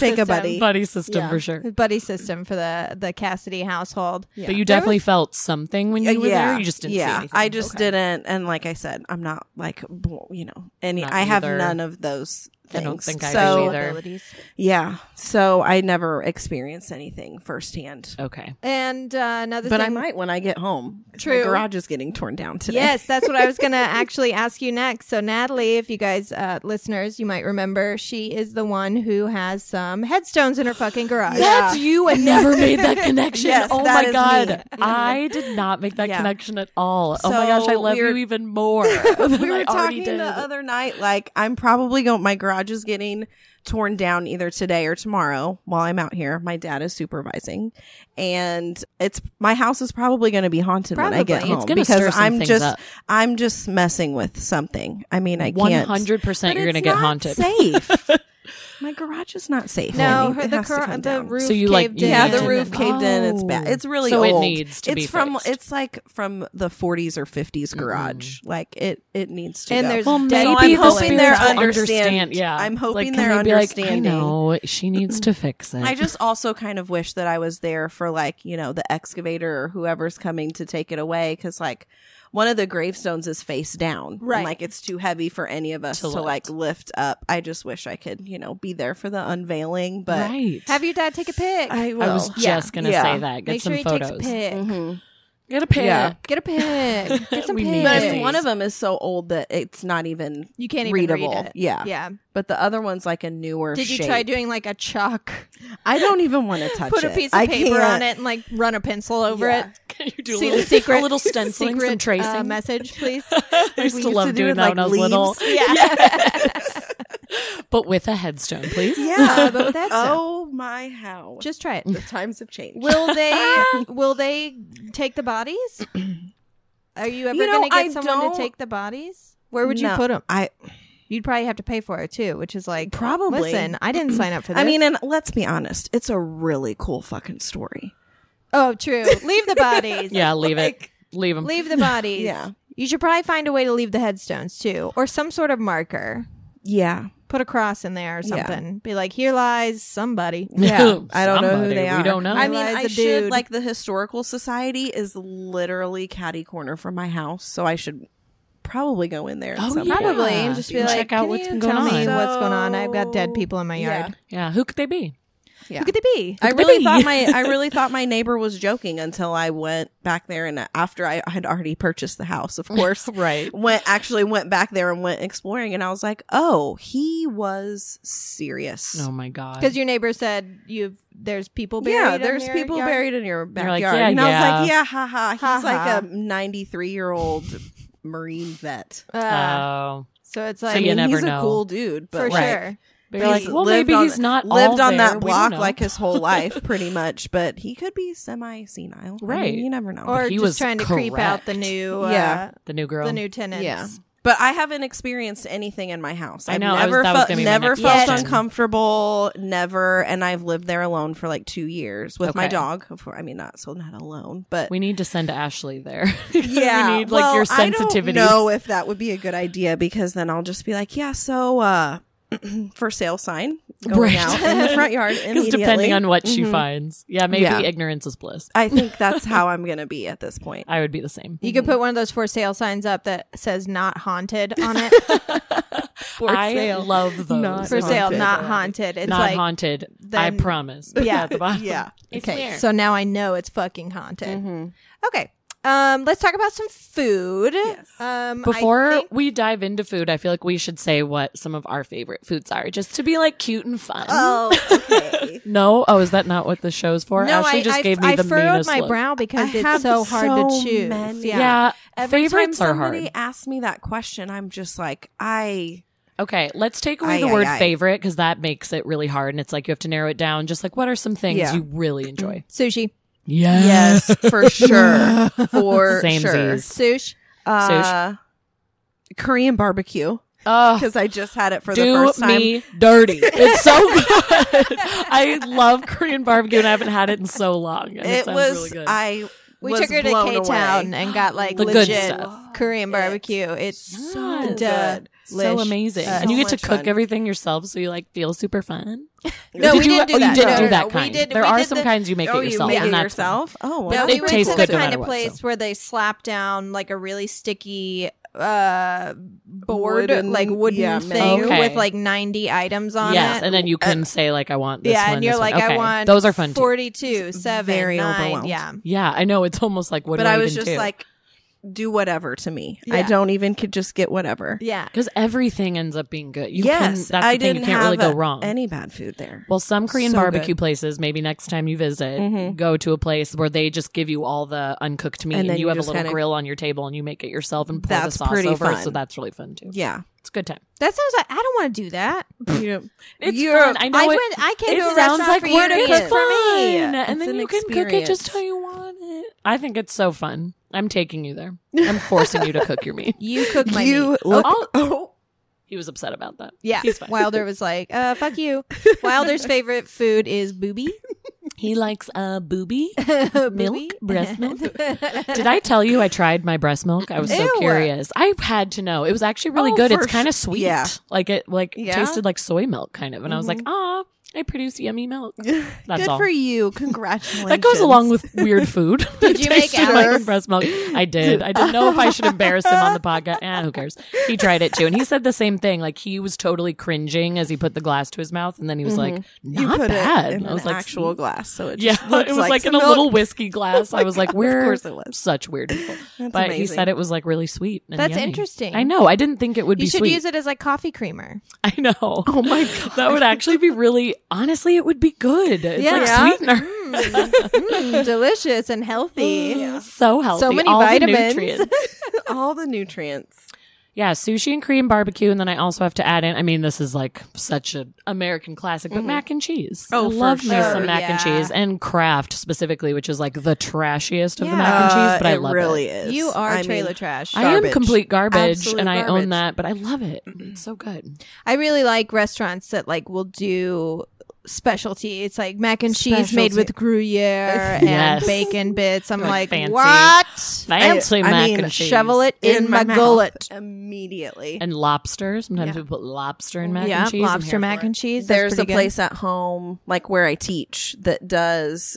Speaker 5: Buddy
Speaker 8: take a
Speaker 5: system.
Speaker 8: buddy.
Speaker 7: Buddy system for sure.
Speaker 5: buddy system for the the Cassidy household.
Speaker 7: But you
Speaker 5: There was-
Speaker 7: definitely felt something when you were
Speaker 8: yeah,
Speaker 7: there. You just didn't
Speaker 8: yeah.
Speaker 7: see anything.
Speaker 8: I just
Speaker 7: Okay.
Speaker 8: didn't, and like I said, I'm not like bl- you know any.
Speaker 7: Not
Speaker 8: I have
Speaker 7: either.
Speaker 8: none of those
Speaker 7: I
Speaker 8: things.
Speaker 7: don't think I do
Speaker 8: so
Speaker 7: either.
Speaker 8: yeah, so I never experienced anything firsthand.
Speaker 7: Okay.
Speaker 5: And uh, another
Speaker 8: But
Speaker 5: thing
Speaker 8: I might when I get home. 'cause
Speaker 5: True.
Speaker 8: My garage is getting torn down today.
Speaker 5: Yes, that's what I was going to actually ask you next. So, Natalie, if you guys, uh, listeners, you might remember, she is the one who has some headstones in her fucking garage.
Speaker 7: That's you. I never made that connection.
Speaker 8: Ah. Yes,
Speaker 7: oh
Speaker 8: that
Speaker 7: my
Speaker 8: is
Speaker 7: god.
Speaker 8: me.
Speaker 7: I did not make that
Speaker 8: Yeah.
Speaker 7: connection at all. oh my gosh, I
Speaker 8: So
Speaker 7: love
Speaker 8: we were-
Speaker 7: you even more. than
Speaker 8: we
Speaker 7: I
Speaker 8: were
Speaker 7: already
Speaker 8: talking
Speaker 7: did.
Speaker 8: the other night like i'm probably going my garage is getting torn down either today or tomorrow while i'm out here my dad is supervising and it's my house is probably going to be haunted when i get
Speaker 5: Probably.
Speaker 8: home
Speaker 5: It's
Speaker 7: gonna
Speaker 8: because
Speaker 7: stir some
Speaker 8: i'm
Speaker 7: things
Speaker 8: just
Speaker 7: up.
Speaker 8: i'm just messing with something i mean i can't
Speaker 7: 100%
Speaker 8: But
Speaker 7: you're gonna
Speaker 8: it's
Speaker 7: get
Speaker 8: not
Speaker 7: haunted.
Speaker 8: safe my garage is not safe
Speaker 5: No,
Speaker 8: Andy.
Speaker 5: her,
Speaker 8: It
Speaker 5: the,
Speaker 8: has to
Speaker 5: cor-
Speaker 8: come
Speaker 5: the
Speaker 8: down.
Speaker 5: roof
Speaker 7: So you, like,
Speaker 5: caved
Speaker 7: you
Speaker 5: in.
Speaker 8: Yeah,
Speaker 7: Yeah.
Speaker 8: the roof caved in. It's
Speaker 7: Oh.
Speaker 5: Oh.
Speaker 8: bad. It's really
Speaker 7: So it
Speaker 8: old.
Speaker 7: needs to
Speaker 8: it's
Speaker 7: be
Speaker 8: from.
Speaker 7: fixed.
Speaker 8: It's like from the 40s or 50s garage. Like it. It needs to.
Speaker 5: And
Speaker 8: go.
Speaker 5: there's
Speaker 7: well,
Speaker 5: dead
Speaker 8: I'm
Speaker 7: maybe
Speaker 5: people
Speaker 7: the
Speaker 8: hoping
Speaker 5: in
Speaker 7: spirits
Speaker 8: they're
Speaker 7: will
Speaker 5: there.
Speaker 8: under-
Speaker 7: understand.
Speaker 8: understand.
Speaker 7: Yeah,
Speaker 8: I'm hoping
Speaker 7: Like,
Speaker 8: they're
Speaker 7: they'd be like,
Speaker 8: understanding.
Speaker 7: I know she needs to fix it.
Speaker 8: I just also kind of wish that I was there for like you know the excavator or whoever's coming to take it away because like one of the gravestones is face down.
Speaker 5: Right.
Speaker 8: and, like it's too heavy for any of us
Speaker 7: To
Speaker 8: to,
Speaker 7: lift.
Speaker 8: like lift up. I just wish I could you know be there for the unveiling. But
Speaker 7: right.
Speaker 5: Have your dad take a pic.
Speaker 8: I will.
Speaker 7: I was
Speaker 5: Yeah.
Speaker 7: just gonna
Speaker 8: Yeah.
Speaker 7: say that. Get
Speaker 5: Make
Speaker 7: some
Speaker 5: sure he
Speaker 7: photos.
Speaker 5: takes a pic.
Speaker 8: Mhm.
Speaker 7: Get a pic.
Speaker 8: Yeah.
Speaker 5: Get a pic. Get some
Speaker 7: We
Speaker 5: pics.
Speaker 7: need
Speaker 8: But I
Speaker 7: Yes.
Speaker 8: mean, one of them is so old that it's not even
Speaker 5: you can't even
Speaker 8: readable.
Speaker 5: read it.
Speaker 8: Yeah.
Speaker 5: Yeah.
Speaker 8: But the other one's like a newer.
Speaker 5: Did you
Speaker 8: shape.
Speaker 5: try doing like a chalk?
Speaker 8: I don't even want to touch
Speaker 5: Put
Speaker 8: it.
Speaker 5: a piece of
Speaker 8: I
Speaker 5: paper on
Speaker 8: can't-
Speaker 5: it and like run a pencil over it.
Speaker 8: Yeah.
Speaker 7: Can you do a
Speaker 5: See
Speaker 7: little,
Speaker 5: the secret,
Speaker 7: a little stenciling,
Speaker 5: secret,
Speaker 7: some tracing?
Speaker 5: uh, message, please.
Speaker 7: I used to
Speaker 8: used
Speaker 7: love
Speaker 8: to do
Speaker 7: doing
Speaker 8: with,
Speaker 7: that
Speaker 8: like,
Speaker 7: when I was
Speaker 8: leaves.
Speaker 7: little.
Speaker 5: Yeah.
Speaker 7: But with a headstone, please.
Speaker 8: Yeah,
Speaker 5: but that's
Speaker 8: oh my how.
Speaker 5: Just try it.
Speaker 8: the times have changed.
Speaker 5: Will they? will they take the bodies? Are you ever
Speaker 8: You know,
Speaker 5: going to get
Speaker 8: I
Speaker 5: someone
Speaker 8: don't-
Speaker 5: to take the bodies? Where would you
Speaker 8: No,
Speaker 5: put them?
Speaker 8: I
Speaker 5: You'd probably have to pay for it too, which is like
Speaker 8: Probably.
Speaker 5: Listen, I didn't sign up for this.
Speaker 8: I mean, and let's be honest, it's a really cool fucking story.
Speaker 5: oh, true. Leave the bodies.
Speaker 7: Yeah, leave it. Leave them.
Speaker 5: leave the bodies.
Speaker 8: Yeah.
Speaker 5: you should probably find a way to leave the headstones too, or some sort of marker.
Speaker 8: Yeah.
Speaker 5: Put a cross in there or
Speaker 8: Yeah.
Speaker 5: something. Be like, here lies somebody.
Speaker 8: Yeah. I don't know who
Speaker 7: Somebody.
Speaker 8: they are.
Speaker 7: We don't know.
Speaker 8: I mean,
Speaker 5: Realize
Speaker 8: I
Speaker 5: the
Speaker 8: should
Speaker 5: dude.
Speaker 8: like the historical society is literally catty corner from my house, so I should probably go in there. at
Speaker 7: Oh,
Speaker 8: some
Speaker 7: yeah.
Speaker 8: point.
Speaker 5: Probably and just be
Speaker 7: Check
Speaker 5: like,
Speaker 7: out
Speaker 5: "Can
Speaker 7: what's
Speaker 5: you
Speaker 7: been
Speaker 5: tell me
Speaker 7: going on."
Speaker 5: what's going on? I've got dead people in my
Speaker 8: Yeah. Uh,
Speaker 5: yard.
Speaker 7: Yeah, who could they be?
Speaker 5: Who could they be?
Speaker 8: I
Speaker 7: Look at
Speaker 8: really
Speaker 7: me.
Speaker 8: thought my I really thought my neighbor was joking until I went back there and after I had already purchased the house, of course.
Speaker 7: Right.
Speaker 8: Went actually went back there and went exploring and I was like, "Oh, he was serious."
Speaker 7: Oh my god.
Speaker 5: Because your neighbor said you've there's people buried.
Speaker 8: Yeah,
Speaker 5: in
Speaker 8: there's
Speaker 5: your
Speaker 8: people
Speaker 5: yard.
Speaker 8: buried in your
Speaker 7: You're like,
Speaker 8: backyard.
Speaker 7: yeah,
Speaker 8: and I was like,
Speaker 7: yeah.
Speaker 8: "Yeah, haha." He's
Speaker 5: Ha ha.
Speaker 8: like a 93-year-old marine vet.
Speaker 5: Uh,
Speaker 7: Oh.
Speaker 5: so it's
Speaker 7: so
Speaker 5: like
Speaker 7: you
Speaker 8: And
Speaker 7: never
Speaker 8: he's
Speaker 7: know.
Speaker 8: a cool dude, but
Speaker 5: for
Speaker 8: like,
Speaker 5: sure.
Speaker 7: But
Speaker 8: he's
Speaker 7: you're like, well,
Speaker 8: lived
Speaker 7: maybe
Speaker 8: on-
Speaker 7: he's not
Speaker 8: lived
Speaker 7: all
Speaker 8: on
Speaker 7: there.
Speaker 8: that
Speaker 7: We don't
Speaker 8: block
Speaker 7: know.
Speaker 8: like his whole life, pretty much. But he could be semi senile, I mean,
Speaker 7: Right.
Speaker 8: you never know.
Speaker 5: Or
Speaker 7: he
Speaker 5: just
Speaker 7: was
Speaker 5: trying to creep out the
Speaker 7: correct.
Speaker 5: new uh,
Speaker 8: Yeah.
Speaker 7: the new girl.
Speaker 5: the new tenants.
Speaker 8: Yeah. But I haven't experienced anything in my house.
Speaker 7: I
Speaker 8: I've
Speaker 7: know, I was-
Speaker 8: never
Speaker 7: that was
Speaker 8: felt
Speaker 7: gonna be my
Speaker 8: never
Speaker 7: next
Speaker 8: felt
Speaker 7: question.
Speaker 8: uncomfortable, never, and I've lived there alone for like two years with my
Speaker 7: Okay.
Speaker 8: dog. Of course, I mean, not so not alone, but
Speaker 7: we need to send Ashley there. 'Cause
Speaker 8: yeah,
Speaker 7: we need like your sensitivity.
Speaker 8: I don't know if that would be a good idea because then I'll just be like, yeah, so uh, for sale sign going
Speaker 7: Right.
Speaker 8: out in the front yard
Speaker 7: Because
Speaker 8: immediately.
Speaker 7: depending on what she
Speaker 8: Mhm.
Speaker 7: finds, yeah, maybe
Speaker 8: Yeah.
Speaker 7: ignorance is bliss.
Speaker 8: I think that's how I'm gonna be at this point.
Speaker 7: I would be the same.
Speaker 5: You could put one of those for sale signs up that says not haunted on it.
Speaker 7: For I love those.
Speaker 8: Not
Speaker 5: for sale,
Speaker 8: haunted.
Speaker 5: not haunted. It's
Speaker 7: not
Speaker 5: like
Speaker 7: haunted. I
Speaker 5: then-
Speaker 7: promise. Put
Speaker 5: Yeah.
Speaker 7: that at the bottom.
Speaker 8: Yeah.
Speaker 7: It's
Speaker 5: okay,
Speaker 7: there.
Speaker 5: so now I know it's fucking haunted. Okay. Um, let's talk about some food. Um, I
Speaker 7: Before
Speaker 5: think-
Speaker 7: we dive into food, I feel like we should say what some of our favorite foods are, just to be like cute and fun.
Speaker 5: oh, okay.
Speaker 7: no, oh, is that not what the show's for? Ashley just
Speaker 5: I,
Speaker 7: gave me
Speaker 5: I
Speaker 7: the
Speaker 5: furrowed
Speaker 7: meanest
Speaker 5: my
Speaker 7: look.
Speaker 5: brow because
Speaker 8: I
Speaker 5: it's
Speaker 8: have
Speaker 5: so hard
Speaker 8: so
Speaker 5: to choose.
Speaker 8: many.
Speaker 5: Yeah.
Speaker 7: Yeah,
Speaker 8: Every
Speaker 7: favorites
Speaker 8: time
Speaker 7: are
Speaker 8: somebody
Speaker 7: hard.
Speaker 8: asks me that question, I'm just like, I
Speaker 7: Okay, let's take away
Speaker 8: Aye,
Speaker 7: the
Speaker 8: aye,
Speaker 7: word
Speaker 8: aye.
Speaker 7: favorite because that makes it really hard, and it's like you have to narrow it down. Just like what are some things
Speaker 8: Yeah.
Speaker 7: you really enjoy?
Speaker 5: Sushi,
Speaker 7: Yes.
Speaker 8: Yes, for sure. For sure.
Speaker 7: Samesies.
Speaker 5: sushi.
Speaker 8: Uh, Korean barbecue
Speaker 7: Oh,
Speaker 8: because I just had it for the
Speaker 7: do
Speaker 8: first time.
Speaker 7: me dirty. It's so good. I love Korean barbecue, and I haven't had it in so long. And it,
Speaker 8: it
Speaker 7: sounds
Speaker 8: was
Speaker 7: really good.
Speaker 8: I.
Speaker 5: We
Speaker 8: was
Speaker 5: took her to
Speaker 8: blown
Speaker 5: K Town
Speaker 8: away.
Speaker 5: and got like
Speaker 7: The good
Speaker 5: legit
Speaker 7: stuff.
Speaker 5: Korean barbecue. It's
Speaker 7: So
Speaker 5: so
Speaker 8: good.
Speaker 7: so amazing,
Speaker 8: Uh,
Speaker 7: and you
Speaker 8: so
Speaker 7: get to
Speaker 8: much
Speaker 7: cook
Speaker 8: fun.
Speaker 7: everything yourself, so you like feel super fun.
Speaker 5: No,
Speaker 7: did
Speaker 5: we
Speaker 7: you?
Speaker 5: didn't do that.
Speaker 7: oh, you didn't
Speaker 5: No,
Speaker 7: do
Speaker 5: no,
Speaker 7: that
Speaker 5: no. We
Speaker 7: kind.
Speaker 5: did-
Speaker 7: there
Speaker 5: we
Speaker 7: are
Speaker 5: did
Speaker 7: some
Speaker 5: the-
Speaker 7: kinds you make
Speaker 8: oh,
Speaker 7: it
Speaker 8: you
Speaker 7: yourself.
Speaker 8: made it
Speaker 7: and that's
Speaker 8: yourself? Oh, wow.
Speaker 5: No,
Speaker 7: It
Speaker 5: we went
Speaker 7: tastes
Speaker 5: to
Speaker 7: good
Speaker 5: the
Speaker 7: no
Speaker 5: kind
Speaker 7: matter
Speaker 5: of
Speaker 7: what,
Speaker 5: place where they slap down like a really sticky uh board
Speaker 8: Wooden-
Speaker 5: like wooden
Speaker 8: yeah,
Speaker 5: thing
Speaker 7: menu. Okay.
Speaker 5: with like 90 items on
Speaker 7: yes,
Speaker 5: it
Speaker 7: and then you can
Speaker 8: Uh,
Speaker 7: say like, "I want this
Speaker 5: yeah
Speaker 7: one."
Speaker 5: and
Speaker 7: this
Speaker 5: you're like
Speaker 7: one.
Speaker 5: i
Speaker 7: Okay,
Speaker 5: want
Speaker 7: those are fun too.
Speaker 5: 42 7
Speaker 8: very
Speaker 5: nine.
Speaker 8: overwhelmed.
Speaker 5: yeah
Speaker 7: Yeah, I know. It's almost like what
Speaker 8: but
Speaker 7: do
Speaker 8: I was
Speaker 7: even
Speaker 8: just
Speaker 7: do?
Speaker 8: like, do whatever to me. I
Speaker 5: Yeah.
Speaker 8: don't even could just get whatever.
Speaker 5: yeah
Speaker 7: because everything ends up being good. You
Speaker 8: yes,
Speaker 7: can, that's
Speaker 8: I
Speaker 7: the thing.
Speaker 8: didn't
Speaker 7: You can't
Speaker 8: have
Speaker 7: really go
Speaker 8: a-
Speaker 7: wrong.
Speaker 8: any bad food there.
Speaker 7: well, some Korean
Speaker 8: So
Speaker 7: barbecue
Speaker 8: good.
Speaker 7: places, maybe next time you visit,
Speaker 8: Mhm.
Speaker 7: go to a place where they just give you all the uncooked meat,
Speaker 8: And
Speaker 7: and,
Speaker 8: then
Speaker 7: you,
Speaker 8: you
Speaker 7: have a
Speaker 8: just
Speaker 7: little
Speaker 8: kinda-
Speaker 7: grill on your table, and you make it yourself and pour
Speaker 8: That's
Speaker 7: the sauce
Speaker 8: pretty
Speaker 7: over. So
Speaker 8: fun.
Speaker 7: that's really fun too.
Speaker 8: yeah,
Speaker 7: It's a good time.
Speaker 5: that sounds like i don't want to do that
Speaker 8: You-
Speaker 7: It's
Speaker 8: You're-
Speaker 7: fun. I know
Speaker 5: i
Speaker 7: it.
Speaker 5: went i came
Speaker 7: it
Speaker 5: to a
Speaker 7: sounds
Speaker 5: restaurant
Speaker 7: like
Speaker 5: for
Speaker 7: we're
Speaker 5: you to
Speaker 7: gonna
Speaker 5: cook for me
Speaker 7: fun, and
Speaker 8: It's
Speaker 7: then
Speaker 8: an
Speaker 7: you can cook it
Speaker 8: experience.
Speaker 7: just how you want it. I think it's so fun. I'm taking you there. I'm forcing you to cook your meat.
Speaker 5: you cook my
Speaker 8: you
Speaker 5: meat.
Speaker 8: look.
Speaker 7: I'll-
Speaker 8: oh.
Speaker 7: He was upset about that.
Speaker 5: yeah
Speaker 7: he's fine.
Speaker 5: wilder was like uh fuck you wilder's favorite food is booby
Speaker 7: He likes a booby.
Speaker 5: Booby.
Speaker 7: breast milk. Did I tell you I tried my breast milk? I was so
Speaker 5: Ew.
Speaker 7: curious. I had to know. It was actually really
Speaker 8: Oh,
Speaker 7: good.
Speaker 8: for
Speaker 7: It's kind of
Speaker 8: sh-
Speaker 7: sweet.
Speaker 8: yeah.
Speaker 7: Like it like
Speaker 8: Yeah? Mm-hmm.
Speaker 7: tasted like soy milk kind of. And I was like, "Ah, I produce yummy milk." That's
Speaker 8: Good
Speaker 7: all.
Speaker 8: for you. Congratulations.
Speaker 7: That goes along with weird food.
Speaker 5: Did you make
Speaker 7: Tasted my
Speaker 5: Alex-
Speaker 7: own breast milk? I did. I didn't know if I should embarrass him on the podcast. Eh, who cares? He tried it too, and he said the same thing. Like he was totally cringing as he put the glass to his mouth, and then he was like,
Speaker 8: Mm-hmm. You
Speaker 7: "Not
Speaker 8: put
Speaker 7: bad."
Speaker 8: it in
Speaker 7: I was
Speaker 8: an
Speaker 7: like,
Speaker 8: actual glass, so it
Speaker 7: yeah,
Speaker 8: just looks
Speaker 7: it was like,
Speaker 8: like
Speaker 7: in
Speaker 8: some
Speaker 7: a little
Speaker 8: milk.
Speaker 7: whiskey glass. I was like,
Speaker 8: God, of
Speaker 7: "We're
Speaker 8: course it was."
Speaker 7: such weird people,"
Speaker 8: That's
Speaker 7: but he
Speaker 8: amazing.
Speaker 7: said it was like really sweet. and
Speaker 5: That's
Speaker 7: yummy.
Speaker 5: interesting.
Speaker 7: I know. I didn't think it would
Speaker 5: you
Speaker 7: be
Speaker 5: should
Speaker 7: sweet.
Speaker 5: use it as like coffee creamer
Speaker 7: I know. Oh my god, that would actually be really. Honestly, it would be good. It's like
Speaker 5: Yeah.
Speaker 7: sweetener.
Speaker 5: Mm, delicious and healthy
Speaker 7: So healthy.
Speaker 5: many
Speaker 7: all the
Speaker 5: vitamins.
Speaker 7: nutrients.
Speaker 8: all the nutrients.
Speaker 7: Yeah, sushi and Korean barbecue, and then I also have to add in. I mean, this is like such an American classic, but mac and cheese.
Speaker 8: Mm-hmm. Oh,
Speaker 7: I
Speaker 8: for
Speaker 7: love me
Speaker 8: sure,
Speaker 7: some mac and
Speaker 8: yeah.
Speaker 7: cheese, and Kraft specifically, which is like the trashiest of the
Speaker 5: Yeah.
Speaker 7: mac and cheese, but
Speaker 8: Uh,
Speaker 7: I
Speaker 8: it
Speaker 7: love
Speaker 8: really
Speaker 7: it.
Speaker 8: is.
Speaker 5: You are
Speaker 8: I mean,
Speaker 5: trailer trash.
Speaker 7: I am
Speaker 8: Garbage. Mm-hmm.
Speaker 7: complete garbage,
Speaker 5: Absolute
Speaker 7: and I
Speaker 5: garbage.
Speaker 7: own that, but I love it. It's so good.
Speaker 5: I really like restaurants that like will do specialty. It's like mac and cheese made
Speaker 7: Specialty.
Speaker 5: with gruyere and
Speaker 7: Yes.
Speaker 5: bacon bits. I'm like,
Speaker 7: Like fancy-
Speaker 5: what?
Speaker 7: Fancy
Speaker 8: I
Speaker 7: mac
Speaker 8: mean,
Speaker 7: and cheese.
Speaker 5: Shovel it in, my,
Speaker 8: mouth
Speaker 5: gullet.
Speaker 8: immediately.
Speaker 7: And lobster. Sometimes we put lobster in mac and cheese. I'm
Speaker 5: lobster
Speaker 7: here
Speaker 5: mac
Speaker 7: for
Speaker 5: and
Speaker 7: it.
Speaker 5: cheese. that's
Speaker 8: There's a
Speaker 5: pretty good.
Speaker 8: place at home, like where I teach, that does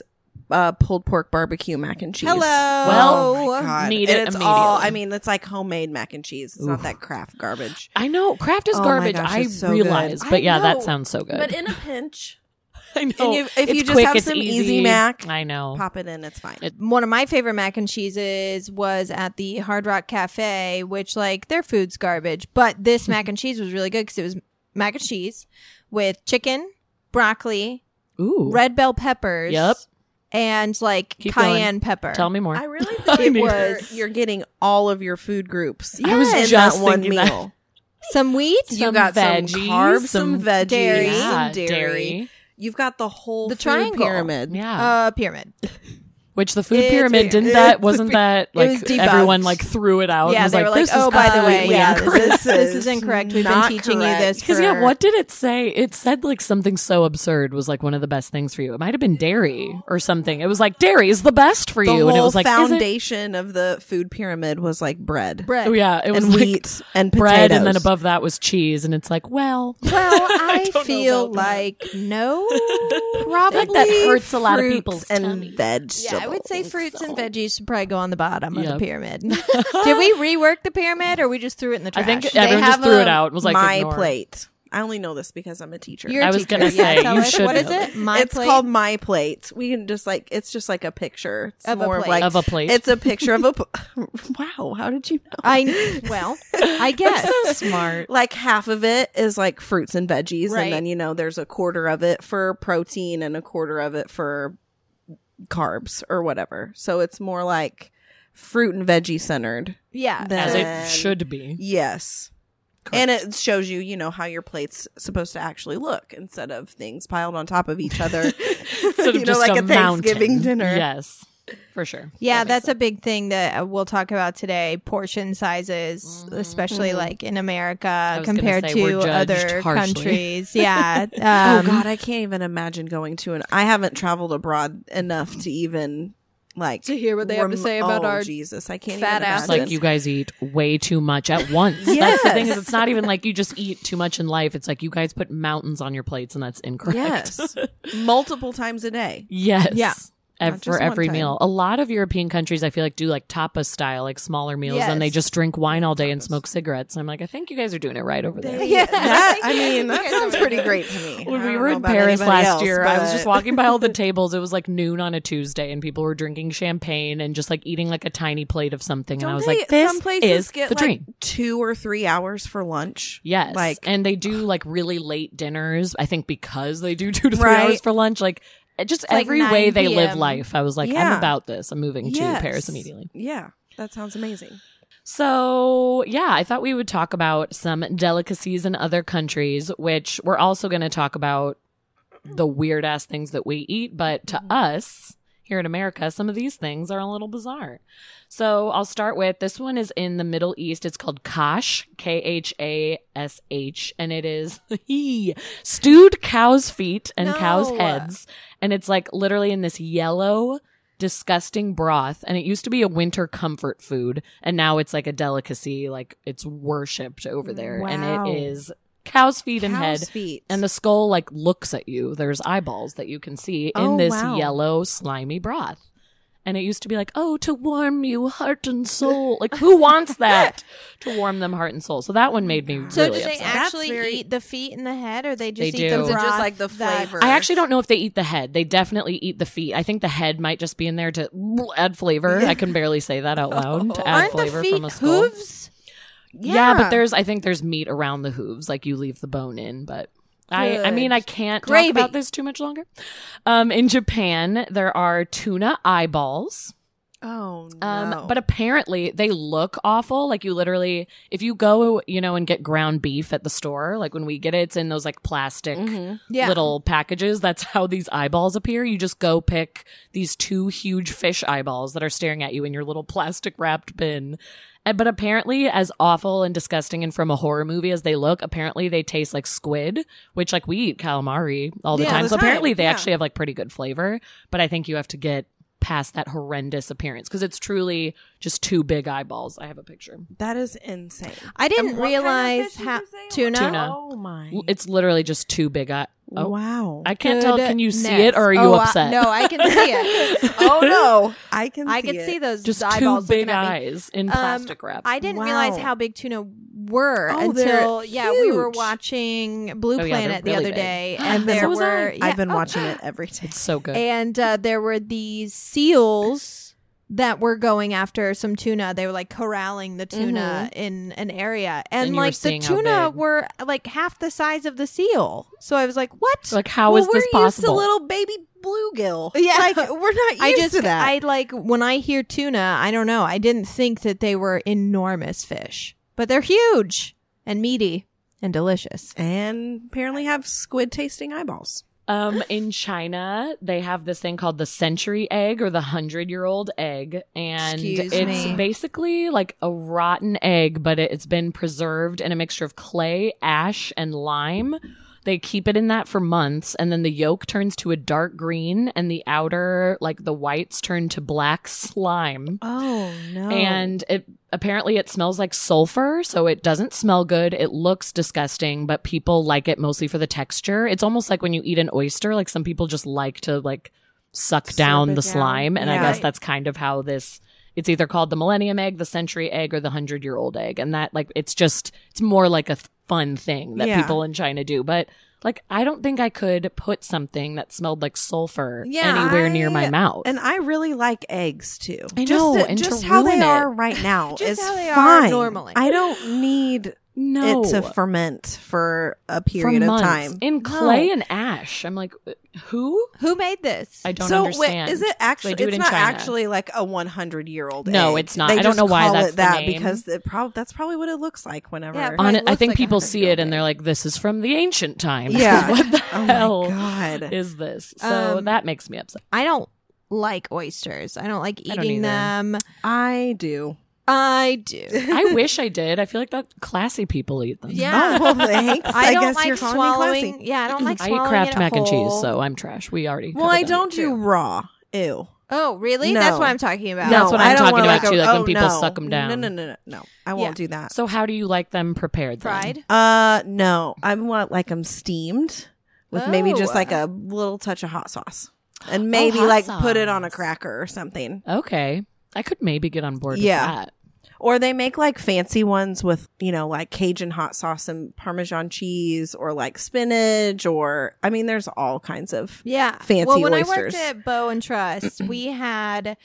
Speaker 8: uh, pulled pork barbecue mac and cheese.
Speaker 5: Hello.
Speaker 7: Well,
Speaker 8: Oh my God.
Speaker 7: need
Speaker 8: And
Speaker 7: it
Speaker 8: it's all.
Speaker 7: immediately.
Speaker 8: I mean, it's like homemade mac and cheese. It's not that craft garbage.
Speaker 7: I know Kraft is
Speaker 8: Oh my
Speaker 7: garbage.
Speaker 8: gosh,
Speaker 7: I
Speaker 8: it's so
Speaker 7: realize,
Speaker 8: good.
Speaker 7: but
Speaker 8: I
Speaker 7: yeah,
Speaker 8: know.
Speaker 7: that sounds so good.
Speaker 8: But in a pinch,
Speaker 7: I know.
Speaker 8: and you- if
Speaker 7: It's
Speaker 8: you just
Speaker 7: quick,
Speaker 8: have
Speaker 7: it's
Speaker 8: some easy mac,
Speaker 7: I know.
Speaker 8: pop it in. It's fine.
Speaker 5: one of my favorite mac and cheeses was at the Hard Rock Cafe, which like their food's garbage, but this mac and cheese was really good because it was mac and cheese with chicken, broccoli,
Speaker 7: Ooh,
Speaker 5: red bell peppers,
Speaker 7: Yep.
Speaker 5: and like
Speaker 7: Keep going.
Speaker 5: cayenne pepper.
Speaker 7: Tell me more.
Speaker 8: I really
Speaker 7: I
Speaker 8: think
Speaker 7: need it.
Speaker 8: it was you're getting all of your food groups.
Speaker 7: I was
Speaker 8: in
Speaker 7: just
Speaker 8: that one
Speaker 7: thinking that.
Speaker 8: meal.
Speaker 5: some wheat,
Speaker 8: You
Speaker 7: Some
Speaker 8: got some
Speaker 7: veggies,
Speaker 8: carbs, some,
Speaker 7: some
Speaker 8: veggies,
Speaker 5: dairy.
Speaker 7: yeah,
Speaker 8: some dairy.
Speaker 7: dairy.
Speaker 8: You've got the whole
Speaker 5: The
Speaker 8: food
Speaker 5: triangle.
Speaker 8: pyramid.
Speaker 7: Yeah.
Speaker 5: uh, pyramid.
Speaker 7: Which the food
Speaker 5: it's
Speaker 7: pyramid
Speaker 5: weird.
Speaker 7: didn't
Speaker 5: It's
Speaker 7: that wasn't
Speaker 5: weird.
Speaker 7: that
Speaker 5: It was
Speaker 7: like
Speaker 5: debunked.
Speaker 7: everyone like threw it out. and
Speaker 5: yeah,
Speaker 7: was
Speaker 5: they were like,
Speaker 7: this
Speaker 5: "Oh,
Speaker 7: is
Speaker 5: by the way,
Speaker 7: completely
Speaker 5: yeah,
Speaker 7: incorrect."
Speaker 5: this is, this is incorrect. We've been
Speaker 8: not
Speaker 5: teaching
Speaker 8: correct."
Speaker 5: you this
Speaker 7: Because
Speaker 5: for
Speaker 7: yeah, what did it say? It said like something so absurd was like one of the best things for you. It might have been dairy or something. It was like dairy is the best for
Speaker 8: The
Speaker 7: you,
Speaker 8: whole
Speaker 7: and it was like is it-
Speaker 8: foundation of the food pyramid was like bread,
Speaker 5: bread?
Speaker 7: Oh yeah, it was
Speaker 8: and
Speaker 7: like
Speaker 8: wheat and potatoes.
Speaker 7: bread, and then above that was cheese, and it's like well,
Speaker 5: Well, I,
Speaker 7: don't know
Speaker 5: feel
Speaker 7: about that.
Speaker 5: like no,
Speaker 7: I
Speaker 5: probably
Speaker 7: think that hurts a lot of
Speaker 8: Fruits
Speaker 7: people's
Speaker 8: and
Speaker 7: tummy.
Speaker 8: vegetables.
Speaker 5: Yeah, I would say fruits and veggies should probably go on the bottom
Speaker 7: Yeah.
Speaker 5: of the pyramid. Did we rework the pyramid, or we just threw it in the
Speaker 7: I
Speaker 5: trash?
Speaker 7: think
Speaker 5: They
Speaker 7: everyone just
Speaker 5: have
Speaker 7: threw
Speaker 5: a-
Speaker 7: it out. and Was like
Speaker 8: my
Speaker 7: ignore.
Speaker 8: plate. I only know this because I'm a teacher.
Speaker 5: You're a
Speaker 7: I was
Speaker 5: teacher.
Speaker 7: gonna
Speaker 5: Yeah,
Speaker 7: say,
Speaker 5: tell
Speaker 7: you
Speaker 5: us,
Speaker 7: should
Speaker 5: What is
Speaker 7: know
Speaker 5: it? My
Speaker 8: it's
Speaker 5: plate?
Speaker 8: called my plate. We can just like it's just like a picture. It's
Speaker 5: Of a
Speaker 8: more
Speaker 5: plate.
Speaker 8: like
Speaker 7: Of a plate.
Speaker 8: It's a picture of a. p- wow, how did you know?
Speaker 5: I well, I guess.
Speaker 7: smart.
Speaker 8: like half of it is like fruits and veggies
Speaker 5: Right.
Speaker 8: and then you know there's a quarter of it for protein and a quarter of it for carbs or whatever so it's more like fruit and veggie centered
Speaker 5: Yeah, uh,
Speaker 8: That-
Speaker 7: As
Speaker 5: so-
Speaker 8: Then-
Speaker 7: it should be.
Speaker 8: yes and it shows you you know how your plate's supposed to actually look instead of things piled on top of each other
Speaker 7: Instead of
Speaker 8: you know
Speaker 7: just
Speaker 8: like a,
Speaker 7: a
Speaker 8: thanksgiving
Speaker 7: mountain.
Speaker 8: dinner
Speaker 7: Yes, for sure.
Speaker 5: yeah, that's a big thing that uh, we'll talk about today. Portion sizes, especially like in America
Speaker 7: Mm-hmm. was gonna
Speaker 5: compared
Speaker 7: say,
Speaker 5: to
Speaker 7: we're judged
Speaker 5: other
Speaker 7: harshly.
Speaker 5: countries. Yeah.
Speaker 8: oh
Speaker 5: Um,
Speaker 8: god i can't even imagine going to an i haven't traveled abroad enough to even like
Speaker 5: To hear what they have to say about
Speaker 8: oh,
Speaker 5: our
Speaker 8: jesus i can't
Speaker 5: fat
Speaker 8: even
Speaker 5: asses.
Speaker 7: It's
Speaker 8: imagine.
Speaker 7: like you guys eat way too much at once. That's the thing
Speaker 8: Yes.
Speaker 7: is, it's not even like you just eat too much in life. It's like you guys put mountains on your plates, and that's incorrect.
Speaker 8: Yes. Multiple times a day.
Speaker 7: Yes.
Speaker 5: Yeah.
Speaker 7: Ev-
Speaker 8: Not
Speaker 7: for
Speaker 8: just one
Speaker 7: every
Speaker 8: time.
Speaker 7: meal. A lot of European countries, I feel like, do like tapas style, like smaller meals, and they
Speaker 5: Yes.
Speaker 7: just drink wine all day and smoke cigarettes. And I'm like, I think you guys are doing it right over there.
Speaker 8: Yeah. That, I mean, that sounds pretty great to me. I
Speaker 7: When we
Speaker 8: don't
Speaker 7: were
Speaker 8: know
Speaker 7: in
Speaker 8: about
Speaker 7: Paris
Speaker 8: anybody
Speaker 7: last
Speaker 8: else,
Speaker 7: year, I was just
Speaker 8: but-
Speaker 7: walking by all the tables. It was like noon on a Tuesday, and people were drinking champagne and just like eating like a tiny plate of something.
Speaker 8: Don't
Speaker 7: and I was
Speaker 8: they-
Speaker 7: like, this
Speaker 8: some places
Speaker 7: is
Speaker 8: get
Speaker 7: the
Speaker 8: like
Speaker 7: dream.
Speaker 8: two or three hours for lunch.
Speaker 7: Yes.
Speaker 8: Like,
Speaker 7: and they do like really late dinners, I think because they do two to three
Speaker 8: Right.
Speaker 7: hours for lunch. Like eh, just
Speaker 5: like
Speaker 7: every
Speaker 5: 9
Speaker 7: way they live
Speaker 5: PM.
Speaker 7: life. I was like,
Speaker 8: Yeah.
Speaker 7: I'm about this. I'm moving
Speaker 8: yes.
Speaker 7: to Paris immediately.
Speaker 8: Yeah. That sounds amazing.
Speaker 7: So, yeah, I thought we would talk about some delicacies in other countries, which we're also going to talk about the weird ass things that we eat. But to us here in America, some of these things are a little bizarre. So, I'll start with this one is in the Middle East. It's called kash, K H A S H, and it is stewed cow's feet and cow's
Speaker 5: No.
Speaker 7: heads. And it's like literally in this yellow, disgusting broth and it used to be a winter comfort food and now it's like a delicacy like it's worshipped over there and
Speaker 8: Wow.
Speaker 7: it is cow's feet and
Speaker 8: Cow's
Speaker 7: head
Speaker 8: feet.
Speaker 7: and the skull like looks at you there's eyeballs that you can see in
Speaker 8: Oh,
Speaker 7: this
Speaker 8: wow.
Speaker 7: yellow slimy broth and it used to be like oh to warm you heart and soul like who wants that to warm them heart and soul so that one made me
Speaker 5: so
Speaker 7: really
Speaker 5: do they
Speaker 7: upset.
Speaker 5: actually
Speaker 8: That's very-
Speaker 5: eat the feet and the head, or they
Speaker 7: They
Speaker 5: just eat the
Speaker 7: do. Is it
Speaker 5: broth?
Speaker 7: just,
Speaker 8: like, the
Speaker 5: that-
Speaker 8: flavor?
Speaker 7: I actually don't know if they eat the head. They definitely eat the feet. I think the head might just be in there to add flavor. I can barely say that out loud. To add
Speaker 5: Aren't the
Speaker 7: flavor
Speaker 5: feet
Speaker 7: from a skull.
Speaker 5: hooves?
Speaker 7: Yeah. but there's I think there's meat around the hooves, like you leave the bone in, but I, I mean I can't
Speaker 5: Gravy.
Speaker 7: talk about this too much longer. Um, in Japan, there are tuna eyeballs,
Speaker 8: Oh no!
Speaker 7: Um, But apparently they look awful. Like you literally, if you go, you know, and get ground beef at the store, like when we get it, it's in those like plastic
Speaker 5: Mm-hmm.
Speaker 8: Mm-hmm.
Speaker 5: Yeah.
Speaker 7: little packages. That's how these eyeballs appear. You just go pick these two huge fish eyeballs that are staring at you in your little plastic wrapped bin. And, but apparently, as awful and disgusting and from a horror movie as they look, apparently they taste like squid, which like we eat calamari all the
Speaker 8: Yeah, all
Speaker 7: time.
Speaker 8: the
Speaker 7: so
Speaker 8: time.
Speaker 7: apparently they
Speaker 8: Yeah.
Speaker 7: actually have like pretty good flavor. But I think you have to get past that horrendous appearance because it's truly just two big eyeballs. I have a picture.
Speaker 8: that is insane.
Speaker 5: I didn't
Speaker 8: And what kind of
Speaker 5: realize
Speaker 8: fish did
Speaker 5: how
Speaker 8: you say it
Speaker 5: tuna.
Speaker 8: was?
Speaker 7: Tuna.
Speaker 8: Oh my!
Speaker 7: L- It's literally just two big eye. Oh,
Speaker 8: wow!
Speaker 7: I can't tell. Can you see it
Speaker 5: Goodness.
Speaker 7: or are you
Speaker 5: Oh, I-
Speaker 7: upset?
Speaker 5: no, I can see it.
Speaker 8: oh no! I can.
Speaker 5: I can
Speaker 8: it.
Speaker 5: see those
Speaker 7: just two
Speaker 5: eyeballs
Speaker 7: big
Speaker 5: looking at me.
Speaker 7: eyes in
Speaker 5: Um,
Speaker 7: plastic wrap.
Speaker 5: I didn't realize
Speaker 8: Wow.
Speaker 5: how big tuna were
Speaker 8: Oh, they're
Speaker 5: until yeah, we were
Speaker 8: huge.
Speaker 5: watching Blue
Speaker 7: Oh, yeah,
Speaker 5: Planet the
Speaker 7: they're really
Speaker 5: other
Speaker 7: big.
Speaker 5: day, and
Speaker 7: So
Speaker 5: there
Speaker 7: was I.
Speaker 5: were yeah,
Speaker 8: I've been
Speaker 5: oh,
Speaker 8: watching it every day.
Speaker 7: it's so good.
Speaker 5: and uh, there were these seals that were going after some tuna. They were like corralling the tuna
Speaker 8: Mm-hmm.
Speaker 5: in an area, and,
Speaker 7: And you were
Speaker 5: like the
Speaker 7: seeing how
Speaker 5: tuna
Speaker 7: big.
Speaker 5: were like half the size of the seal. So I was like, "What?
Speaker 7: like, how
Speaker 8: well,
Speaker 7: is this
Speaker 8: we're used to
Speaker 7: possible?
Speaker 8: little baby bluegill.
Speaker 5: Yeah.
Speaker 8: like we're not used
Speaker 5: I just
Speaker 8: to that.
Speaker 5: I like when I hear tuna, I don't know. I didn't think that they were enormous fish, but they're huge and meaty and delicious.
Speaker 8: and apparently have squid tasting eyeballs.
Speaker 7: Um, in China, they have this thing called the century egg or the hundred year old egg, and
Speaker 5: Excuse
Speaker 7: it's
Speaker 5: me.
Speaker 7: basically like a rotten egg, but it, it's been preserved in a mixture of clay, ash, and lime. They keep it in that for months, and then the yolk turns to a dark green, and the outer, like the whites, turn to black slime.
Speaker 5: Oh no!
Speaker 7: And it apparently it smells like sulfur, so it doesn't smell good. It looks disgusting, but people like it mostly for the texture. It's almost like when you eat an oyster, like some people just like to like suck down
Speaker 8: it
Speaker 7: the
Speaker 8: down.
Speaker 7: slime, and
Speaker 8: Yeah.
Speaker 7: I guess that's kind of how this it's either called the millennium egg, the century egg, or the hundred year old egg. And that like it's just it's more like a th- fun thing that
Speaker 8: Yeah.
Speaker 7: people in China do, but like I don't think I could put something that smelled like sulfur
Speaker 8: Yeah,
Speaker 7: anywhere near
Speaker 8: I-
Speaker 7: my mouth.
Speaker 8: And I really like eggs too.
Speaker 7: I
Speaker 8: just
Speaker 7: know,
Speaker 8: the-
Speaker 7: and to
Speaker 8: just how they
Speaker 7: ruin it.
Speaker 8: are right now
Speaker 5: Just
Speaker 8: is
Speaker 5: how they are
Speaker 8: fine.
Speaker 5: normally.
Speaker 8: I don't need
Speaker 7: no,
Speaker 8: it to ferment for a period
Speaker 7: for
Speaker 8: of
Speaker 7: months
Speaker 8: time.
Speaker 7: in clay and ash. I'm like, who?
Speaker 5: who made this?
Speaker 7: I don't
Speaker 8: so
Speaker 7: understand.
Speaker 8: wait, is it actually?
Speaker 7: They do it
Speaker 8: it's
Speaker 7: in
Speaker 8: not
Speaker 7: China.
Speaker 8: actually like a 100 year old.
Speaker 7: No,
Speaker 8: egg.
Speaker 7: it's not.
Speaker 8: They
Speaker 7: I don't
Speaker 8: just
Speaker 7: know why
Speaker 8: call
Speaker 7: that's
Speaker 8: it
Speaker 7: the
Speaker 8: that
Speaker 7: name.
Speaker 8: because it prob- that's probably what it looks like whenever.
Speaker 5: Yeah,
Speaker 7: On
Speaker 5: It
Speaker 7: it, I
Speaker 5: looks
Speaker 7: think
Speaker 5: like a
Speaker 7: people
Speaker 5: hundred
Speaker 7: see
Speaker 5: year old
Speaker 7: it and they're like, "This is from the ancient times."
Speaker 8: Yeah.
Speaker 7: what the
Speaker 8: oh
Speaker 7: hell
Speaker 8: my god.
Speaker 7: is this? So
Speaker 5: Um,
Speaker 7: that makes me upset.
Speaker 5: I don't like oysters. I don't like
Speaker 7: I
Speaker 5: eating
Speaker 7: don't either.
Speaker 5: them.
Speaker 8: I do.
Speaker 5: I do.
Speaker 7: I wish I did. I feel like the classy people eat them.
Speaker 5: Yeah.
Speaker 8: Oh, well, thanks. I,
Speaker 5: I don't
Speaker 8: guess
Speaker 5: like
Speaker 8: you're calling me
Speaker 5: swallowing.
Speaker 8: classy.
Speaker 5: Yeah, I don't like
Speaker 7: I
Speaker 5: swallowing
Speaker 7: eat Kraft
Speaker 5: it
Speaker 7: mac and cheese,
Speaker 5: whole.
Speaker 7: so I'm trash. We already.
Speaker 8: Well, I
Speaker 7: covered that.
Speaker 8: don't do raw. Ew.
Speaker 5: oh really? That's
Speaker 8: No.
Speaker 5: what I'm talking about.
Speaker 7: That's what
Speaker 8: I
Speaker 7: I'm
Speaker 8: don't
Speaker 7: talking
Speaker 8: wanna,
Speaker 7: about,
Speaker 8: go,
Speaker 7: too, like when
Speaker 8: "Oh,
Speaker 7: people
Speaker 8: no.
Speaker 7: suck 'em
Speaker 8: No,
Speaker 7: down.
Speaker 8: no, no, no, no. I won't do that.
Speaker 7: So how do you like them prepared? then?
Speaker 5: fried.
Speaker 8: Uh, no, I want like them steamed with maybe just
Speaker 5: Oh.
Speaker 8: like a little touch of hot sauce, and maybe
Speaker 7: Oh, hot
Speaker 8: like put it on a
Speaker 7: sauce.
Speaker 8: cracker or something.
Speaker 7: Okay, I could maybe get on board.
Speaker 8: Yeah.
Speaker 7: with that.
Speaker 8: Or they make like fancy ones with you know like Cajun hot sauce and Parmesan cheese, or like spinach, or I mean, there's all kinds of.
Speaker 5: Yeah.
Speaker 8: fancy
Speaker 5: well, when
Speaker 8: oysters.
Speaker 5: I worked at Bow and Trust, we had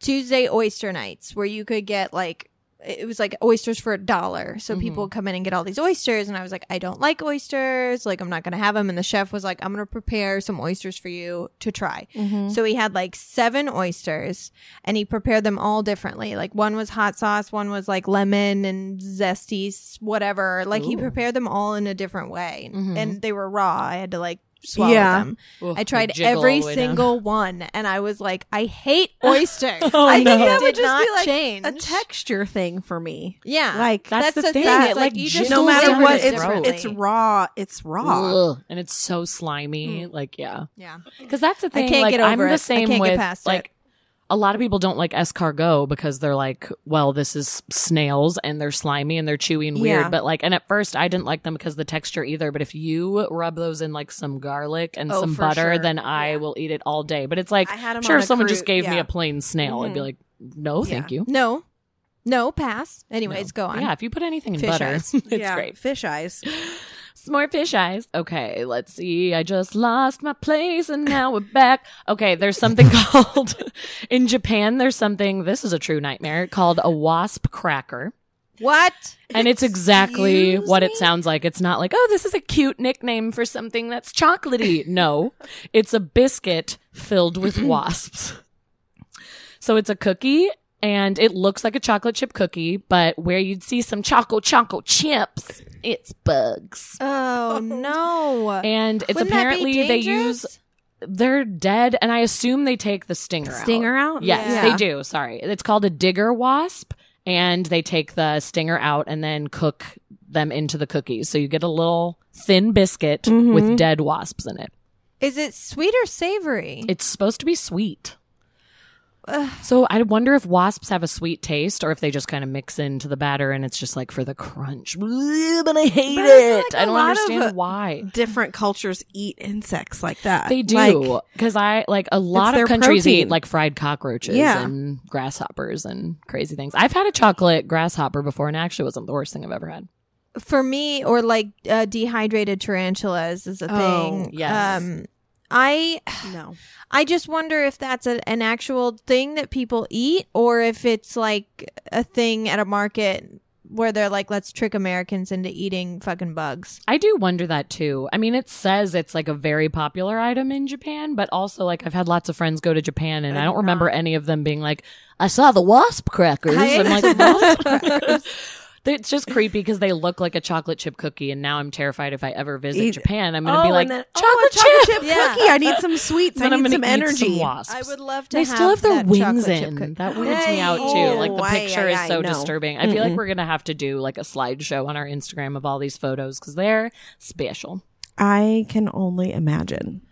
Speaker 5: Tuesday oyster nights where you could get like it was like oysters for a dollar. So
Speaker 8: Mm-hmm.
Speaker 5: people would come in and get all these oysters and I was like I don't like oysters, like I'm not going to have them and the chef was like I'm going to prepare some oysters for you to try.
Speaker 8: Mm-hmm.
Speaker 5: So he had like 7 oysters and he prepared them all differently. Like one was hot sauce, one was like lemon and zesty s- whatever. Like he prepared them all in a different way and they were raw. I had to like swallow
Speaker 8: Mm-hmm. Yeah.
Speaker 5: them.
Speaker 7: Ugh,
Speaker 5: I
Speaker 7: I
Speaker 5: tried
Speaker 7: jiggle
Speaker 5: every
Speaker 7: all the way down.
Speaker 5: single one, and I was like, I hate oysters.
Speaker 7: Oh,
Speaker 5: I
Speaker 7: no.
Speaker 5: think that
Speaker 8: That
Speaker 5: would
Speaker 8: would
Speaker 5: did
Speaker 8: just
Speaker 5: not
Speaker 8: be like
Speaker 5: change.
Speaker 8: a texture thing for me.
Speaker 5: yeah,
Speaker 8: Like,
Speaker 7: That's the thing, it,
Speaker 5: It's
Speaker 7: like,
Speaker 5: you
Speaker 7: jiggles
Speaker 5: just
Speaker 7: Just
Speaker 8: no matter
Speaker 7: down
Speaker 5: flavor
Speaker 8: what,
Speaker 5: it
Speaker 7: your
Speaker 8: it's
Speaker 7: throat.
Speaker 8: it's raw. It's raw.
Speaker 7: Ugh. and it's so slimy.
Speaker 5: Mm.
Speaker 7: Like yeah.
Speaker 5: Yeah,
Speaker 7: Because that's the thing.
Speaker 5: can't
Speaker 7: like,
Speaker 5: get over
Speaker 7: I'm
Speaker 5: it. I
Speaker 7: the same
Speaker 5: can't get
Speaker 7: with
Speaker 5: past it.
Speaker 7: like a lot of people don't like escargot because they're like, well, this is snails and they're slimy and they're chewy and weird.
Speaker 8: Yeah.
Speaker 7: But like, and at first I didn't like them because of the texture either. But if you rub those in like some garlic and
Speaker 5: Oh,
Speaker 7: some
Speaker 5: for
Speaker 7: butter,
Speaker 5: sure.
Speaker 7: then I will eat it all day. But it's like,
Speaker 8: I had 'em
Speaker 7: sure,
Speaker 8: on
Speaker 7: if
Speaker 8: a
Speaker 7: someone just
Speaker 8: cruise-
Speaker 7: gave me
Speaker 8: yeah.
Speaker 7: a plain snail, I'd
Speaker 5: Mm-hmm.
Speaker 7: be like, no, thank you.
Speaker 5: no, no pass.
Speaker 7: No.
Speaker 5: Anyways, go on.
Speaker 7: Yeah, if you put anything in
Speaker 5: Fish
Speaker 7: butter,
Speaker 5: eyes.
Speaker 7: it's
Speaker 8: yeah.
Speaker 7: great.
Speaker 8: Fish eyes.
Speaker 7: Some more fish eyes. Okay, let's see. I just lost my place and now we're back. Okay, there's something called in Japan, there's something this is a true nightmare called a wasp cracker.
Speaker 5: What?
Speaker 7: And it's exactly
Speaker 8: Excuse
Speaker 7: what
Speaker 8: me?
Speaker 7: it sounds like. It's not like, oh, this is a cute nickname for something that's chocolatey. No, it's a biscuit filled with wasps. So it's a cookie and it looks like a chocolate chip cookie, but where you'd see some choco choco chips, it's bugs.
Speaker 5: Oh no!
Speaker 7: And it's
Speaker 5: Wouldn't that be
Speaker 7: apparently they use
Speaker 5: dangerous?
Speaker 7: they're dead and I assume they take the stinger out.
Speaker 5: stinger out.
Speaker 7: Yes,
Speaker 5: Yeah.
Speaker 7: they do. Sorry. It's called a digger wasp and they take the stinger out and then cook them into the cookies. So you get a little thin biscuit with dead wasps in it.
Speaker 5: Is it sweet or savory?
Speaker 7: It's supposed to be sweet. So I wonder if wasps have a sweet taste or if they just kind of mix into the batter and it's just like for the crunch. Bleh, But I hate
Speaker 8: But I
Speaker 7: it.
Speaker 8: feel like
Speaker 7: I
Speaker 8: a
Speaker 7: don't
Speaker 8: lot of,
Speaker 7: understand
Speaker 8: uh,
Speaker 7: why.
Speaker 8: Different cultures eat insects like that.
Speaker 7: They do
Speaker 8: Like,
Speaker 7: because I like a lot
Speaker 8: their
Speaker 7: of countries
Speaker 8: protein.
Speaker 7: eat like fried cockroaches
Speaker 8: Yeah.
Speaker 7: and grasshoppers and crazy things. I've had a chocolate grasshopper before, and it actually wasn't the worst thing I've ever had.
Speaker 5: for me or like uh, dehydrated tarantulas is a
Speaker 7: Oh,
Speaker 5: thing.
Speaker 7: yes.
Speaker 5: Um I
Speaker 8: no.
Speaker 5: I just wonder if that's a, an actual thing that people eat or if it's like a thing at a market where they're like let's trick Americans into eating fucking bugs.
Speaker 7: I do wonder that too. I mean, it says it's like a very popular item in Japan, but also like I've had lots of friends go to Japan, and I don't remember any of them being like, "I saw the wasp crackers."
Speaker 5: I
Speaker 7: I'm
Speaker 5: ate
Speaker 7: like,
Speaker 5: the wasp
Speaker 7: "What?" It's just creepy because they look like a chocolate chip cookie, and now I'm terrified if I ever visit
Speaker 8: Eat-
Speaker 7: Japan, I'm gonna be like,
Speaker 8: and then,
Speaker 7: "Chocolate
Speaker 8: oh, a
Speaker 7: chip."
Speaker 8: chocolate chip
Speaker 5: Yeah.
Speaker 8: cookie. I need some sweets.
Speaker 7: Then
Speaker 8: I
Speaker 7: I'm
Speaker 8: need
Speaker 7: gonna
Speaker 8: some
Speaker 7: eat some
Speaker 8: energy.
Speaker 7: wasps.
Speaker 5: I would love to
Speaker 7: They
Speaker 5: have
Speaker 7: still have their
Speaker 5: that
Speaker 7: wings
Speaker 5: chocolate chip
Speaker 7: in.
Speaker 5: cookie.
Speaker 7: That weirds me out too.
Speaker 8: Hey.
Speaker 7: Like the
Speaker 8: Oh,
Speaker 7: picture
Speaker 8: aye,
Speaker 7: is
Speaker 8: aye,
Speaker 7: so
Speaker 8: no.
Speaker 7: disturbing. I feel like
Speaker 8: Mm-mm.
Speaker 7: we're gonna have to do like a slideshow on our Instagram of all these photos because they're special.
Speaker 8: I can only imagine.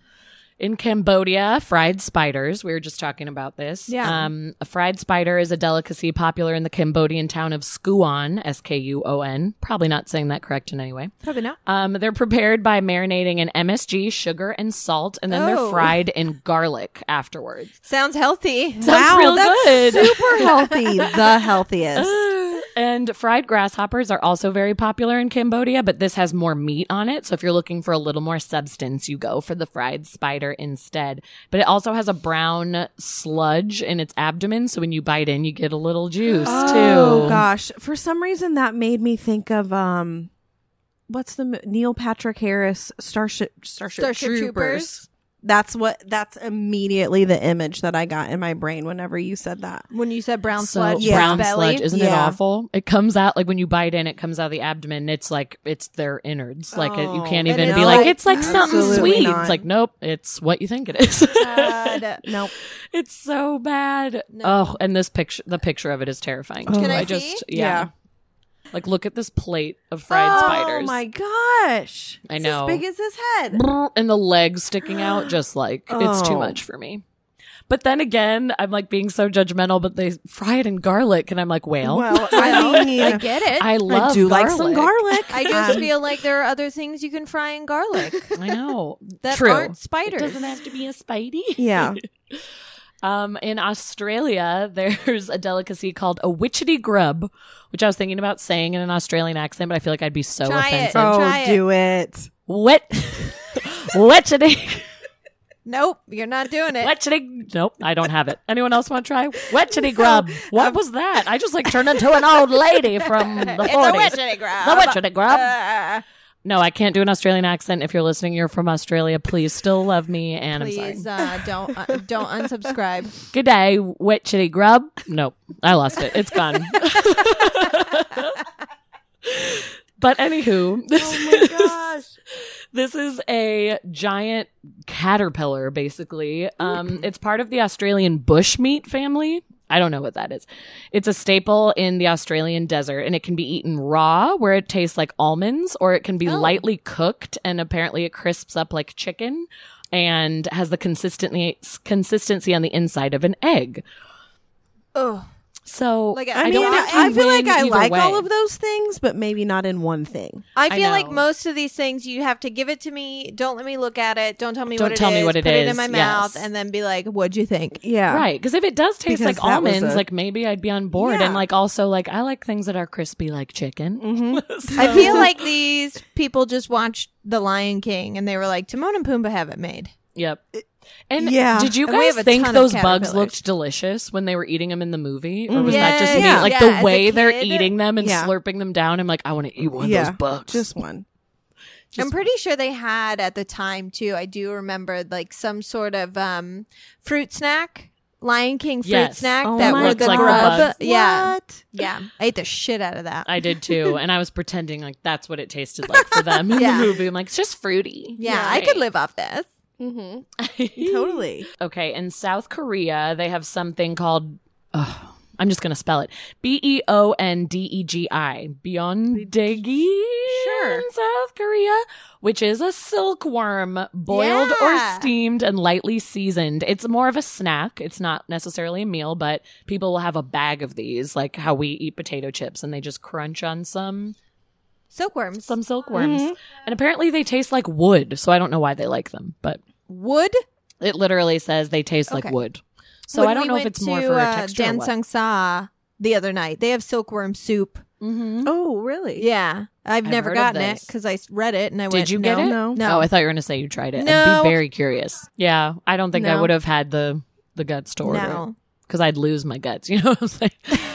Speaker 7: In Cambodia, fried spiders. We were just talking about this.
Speaker 5: Yeah.
Speaker 7: Um, a fried spider is a delicacy popular in the Cambodian town of Skuon, S K U O N. Probably not saying that correct in any way.
Speaker 5: Probably not.
Speaker 7: Um, they're prepared by marinating in MSG, sugar, and salt, and then
Speaker 5: Oh.
Speaker 7: they're fried in garlic afterwards.
Speaker 5: Sounds healthy.
Speaker 7: Sounds real
Speaker 8: Oh, that's
Speaker 7: good.
Speaker 8: super healthy. the healthiest.
Speaker 7: and fried grasshoppers are also very popular in Cambodia, but this has more meat on it. So if you're looking for a little more substance, you go for the fried spider instead. But it also has a brown sludge in its abdomen. So when you bite in, you get a little juice too.
Speaker 8: Oh gosh, for some reason that made me think of um, what's the mo- Neil Patrick Harris Starship Starship,
Speaker 5: Starship
Speaker 8: Troopers.
Speaker 5: Troopers.
Speaker 8: That's what. That's immediately the image that I got in my brain whenever you said that.
Speaker 5: When you said brown
Speaker 7: So
Speaker 5: sludge,
Speaker 8: yeah.
Speaker 7: brown
Speaker 5: belly.
Speaker 7: sludge, isn't it
Speaker 8: Yeah.
Speaker 7: awful? It comes out like when you bite in, it comes out of the abdomen. and It's like it's their innards. Like it, you
Speaker 8: Oh.
Speaker 7: can't
Speaker 5: And
Speaker 7: even
Speaker 5: it's
Speaker 7: be like
Speaker 5: like-
Speaker 7: it's like something
Speaker 8: Absolutely
Speaker 7: sweet.
Speaker 8: not.
Speaker 7: It's like nope, it's what you think it is.
Speaker 5: God.
Speaker 8: Nope.
Speaker 7: It's so bad. Oh, and this picture, the picture of it is terrifying.
Speaker 8: Can
Speaker 7: too.
Speaker 8: I
Speaker 7: just,
Speaker 5: see?
Speaker 7: Yeah. Like, look at this plate of fried
Speaker 8: oh
Speaker 7: spiders.
Speaker 8: my gosh!
Speaker 7: I
Speaker 8: It's
Speaker 7: know.
Speaker 8: as big as his head.
Speaker 7: Brr, And the legs sticking out, just like, it's too
Speaker 8: Oh.
Speaker 7: much for me. But then again, I'm like being so judgmental, but they fry it in garlic. And I'm like, well,
Speaker 8: Well,
Speaker 5: Well,
Speaker 8: I
Speaker 5: I
Speaker 8: mean,
Speaker 5: get it. I,
Speaker 7: I love
Speaker 8: I do like some
Speaker 7: garlic.
Speaker 8: garlic.
Speaker 5: just
Speaker 8: Um,
Speaker 5: feel like there are other things you can fry in garlic
Speaker 7: I know.
Speaker 5: that
Speaker 7: True.
Speaker 5: aren't spiders.
Speaker 7: It doesn't have to be a spidey.
Speaker 8: yeah.
Speaker 7: Um, in Australia, there's a delicacy called a witchety grub, which I was thinking about saying in an Australian accent, but I feel like I'd be so
Speaker 5: Try it.
Speaker 7: offensive.
Speaker 5: Oh,
Speaker 8: Oh,
Speaker 5: try
Speaker 8: do it.
Speaker 7: What? Wetchety.
Speaker 5: nope, you're not doing it.
Speaker 7: Wetchety. Nope, I don't have it. Anyone else want to try? Wetchety grub. What was that? I just like turned into an old lady from the 40s.
Speaker 5: Um, It's a witchetty grab.
Speaker 7: The wetchety grub.
Speaker 5: Uh,
Speaker 7: no, I can't do an Australian accent. If you're listening, you're from Australia. Please still love me. And I'm
Speaker 5: please
Speaker 7: sorry.
Speaker 5: uh, don't uh, don't unsubscribe.
Speaker 7: Good day, wetchety grub. Nope, I lost it. It's gone. but anywho, this
Speaker 8: Oh
Speaker 7: is- This is a giant caterpillar, basically. Um, it's part of the Australian bushmeat family. I don't know what that is. It's a staple in the Australian desert, and it can be eaten raw, where it tastes like almonds, or it can be lightly cooked, and apparently it crisps up like chicken, and has the consistency consistency on the inside of an egg.
Speaker 5: Oh,
Speaker 7: So,
Speaker 5: Like,
Speaker 8: I,
Speaker 5: I
Speaker 8: mean,
Speaker 5: don't
Speaker 7: think
Speaker 8: I
Speaker 7: you
Speaker 8: feel like
Speaker 7: win
Speaker 8: I
Speaker 7: either
Speaker 8: like
Speaker 7: way.
Speaker 8: all of those things, but maybe not in one thing.
Speaker 5: I
Speaker 7: I
Speaker 5: feel like
Speaker 7: know.
Speaker 5: most of these things you have to give it to me. Don't let me look at it. Don't tell me
Speaker 7: Don't
Speaker 5: what it
Speaker 7: tell me
Speaker 5: is,
Speaker 7: what it
Speaker 5: Put it in
Speaker 7: is,
Speaker 5: my
Speaker 7: yes.
Speaker 5: mouth and then be like, "What'd you think?"
Speaker 8: Yeah.
Speaker 7: Right, because if it does taste
Speaker 8: Because
Speaker 7: like
Speaker 8: that was
Speaker 7: almonds,
Speaker 8: a-
Speaker 7: like maybe I'd be on board,
Speaker 8: Yeah.
Speaker 7: and like also like I like things that are crispy, like chicken. So-
Speaker 5: Mm-hmm. I feel like these people just watched The Lion King and they were like, "Timon and Pumbaa have it made."
Speaker 7: Yep. And
Speaker 8: Yeah.
Speaker 7: did you
Speaker 5: And we
Speaker 7: guys
Speaker 5: have a
Speaker 7: think
Speaker 5: ton of
Speaker 7: those bugs
Speaker 5: caterpillars.
Speaker 7: looked delicious when they were eating them in the movie, or was that just
Speaker 5: Yes.
Speaker 7: me?
Speaker 8: Yeah.
Speaker 7: Like
Speaker 5: Yeah, as
Speaker 7: the
Speaker 5: a
Speaker 7: way they're
Speaker 5: kid.
Speaker 7: eating them and
Speaker 8: Yeah.
Speaker 7: slurping them down, I'm like, I want to eat one of
Speaker 8: Yeah.
Speaker 7: those bugs.
Speaker 8: Just one.
Speaker 5: I'm pretty sure they had at the time too. I do remember like some sort of um, fruit snack Lion King fruit
Speaker 7: Yes.
Speaker 5: snack
Speaker 7: Oh
Speaker 5: that
Speaker 7: my
Speaker 5: were the
Speaker 7: God.
Speaker 5: grub.
Speaker 7: What?
Speaker 5: Yeah. Yeah. I ate the shit out of that.
Speaker 7: I did too, and I was pretending like that's what it tasted like for them in
Speaker 5: Yeah.
Speaker 7: the movie. I'm like, it's just fruity.
Speaker 5: yeah, I could live off this. Mm-hmm.
Speaker 8: Totally.
Speaker 7: Okay, in South Korea, they have something called. ugh, I'm just gonna spell it. B e o n d e g i. Beyondegi.
Speaker 8: Sure.
Speaker 7: In South Korea, which is a silkworm, boiled
Speaker 5: Yeah.
Speaker 7: or steamed and lightly seasoned. It's more of a snack. It's not necessarily a meal, but people will have a bag of these, like how we eat potato chips, and they just crunch on some
Speaker 5: Silkworms.
Speaker 7: some silkworms. And apparently, they taste like wood. So I don't know why they like them, but
Speaker 5: wood.
Speaker 7: it literally says they taste
Speaker 5: Okay.
Speaker 7: like wood. So
Speaker 5: When
Speaker 7: I don't
Speaker 5: we
Speaker 7: know if
Speaker 5: went
Speaker 7: it's more
Speaker 5: to,
Speaker 7: for a
Speaker 5: uh,
Speaker 7: texture.
Speaker 5: Dan Sung Sa the other night. They have silkworm soup.
Speaker 7: mm-hmm.
Speaker 8: Oh, really?
Speaker 5: Yeah, I've,
Speaker 7: I've
Speaker 5: never
Speaker 7: heard of
Speaker 5: gotten it
Speaker 7: this.
Speaker 5: because I s- read it and I went.
Speaker 7: Did you
Speaker 5: no.
Speaker 7: get it?
Speaker 8: No.
Speaker 5: No.
Speaker 7: Oh, I thought you were going to say you tried it.
Speaker 5: No.
Speaker 7: I'd be very curious. Yeah, I don't think
Speaker 5: No.
Speaker 7: I would have had the the guts to order
Speaker 5: No.
Speaker 7: because I'd lose my guts. You know what I'm saying?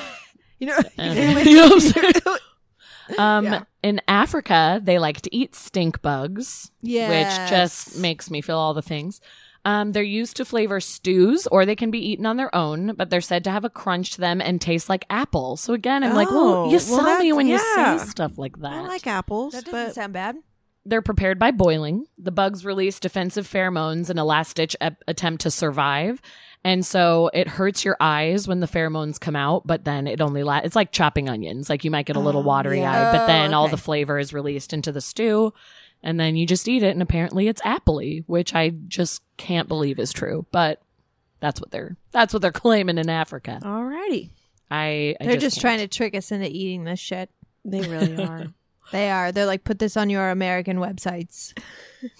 Speaker 5: You know.
Speaker 7: Okay. You know what I'm saying? Um,
Speaker 5: Yeah.
Speaker 7: In Africa, they like to eat stink bugs,
Speaker 5: Yes.
Speaker 7: which just makes me feel all the things. Um, they're used to flavor stews, or they can be eaten on their own, but they're said to have a crunch to them and taste like apple. So again, I'm like,
Speaker 8: Oh,
Speaker 7: well, you
Speaker 8: well,
Speaker 7: sell me
Speaker 8: that's-
Speaker 7: when
Speaker 8: yeah.
Speaker 7: you say stuff like that.
Speaker 8: I like apples,
Speaker 5: That doesn't
Speaker 8: but
Speaker 5: sound bad.
Speaker 7: They're prepared by boiling. The bugs release defensive pheromones in a last ditch ep- attempt to survive. And so it hurts your eyes when the pheromones come out, but then it only la- it's like chopping onions. Like you might get a little
Speaker 8: Oh,
Speaker 7: watery
Speaker 8: yeah.
Speaker 7: eye, but then
Speaker 5: Oh,
Speaker 7: all
Speaker 5: okay.
Speaker 7: the flavor is released into the stew and then you just eat it and apparently it's appley, which I just can't believe is true, but that's what they're that's what they're claiming in Africa.
Speaker 8: alrighty,
Speaker 7: I, I
Speaker 5: Oh. They're just,
Speaker 7: can't.
Speaker 5: trying to trick us into eating this shit.
Speaker 8: they really are.
Speaker 5: They are. They're like, put this on your American websites.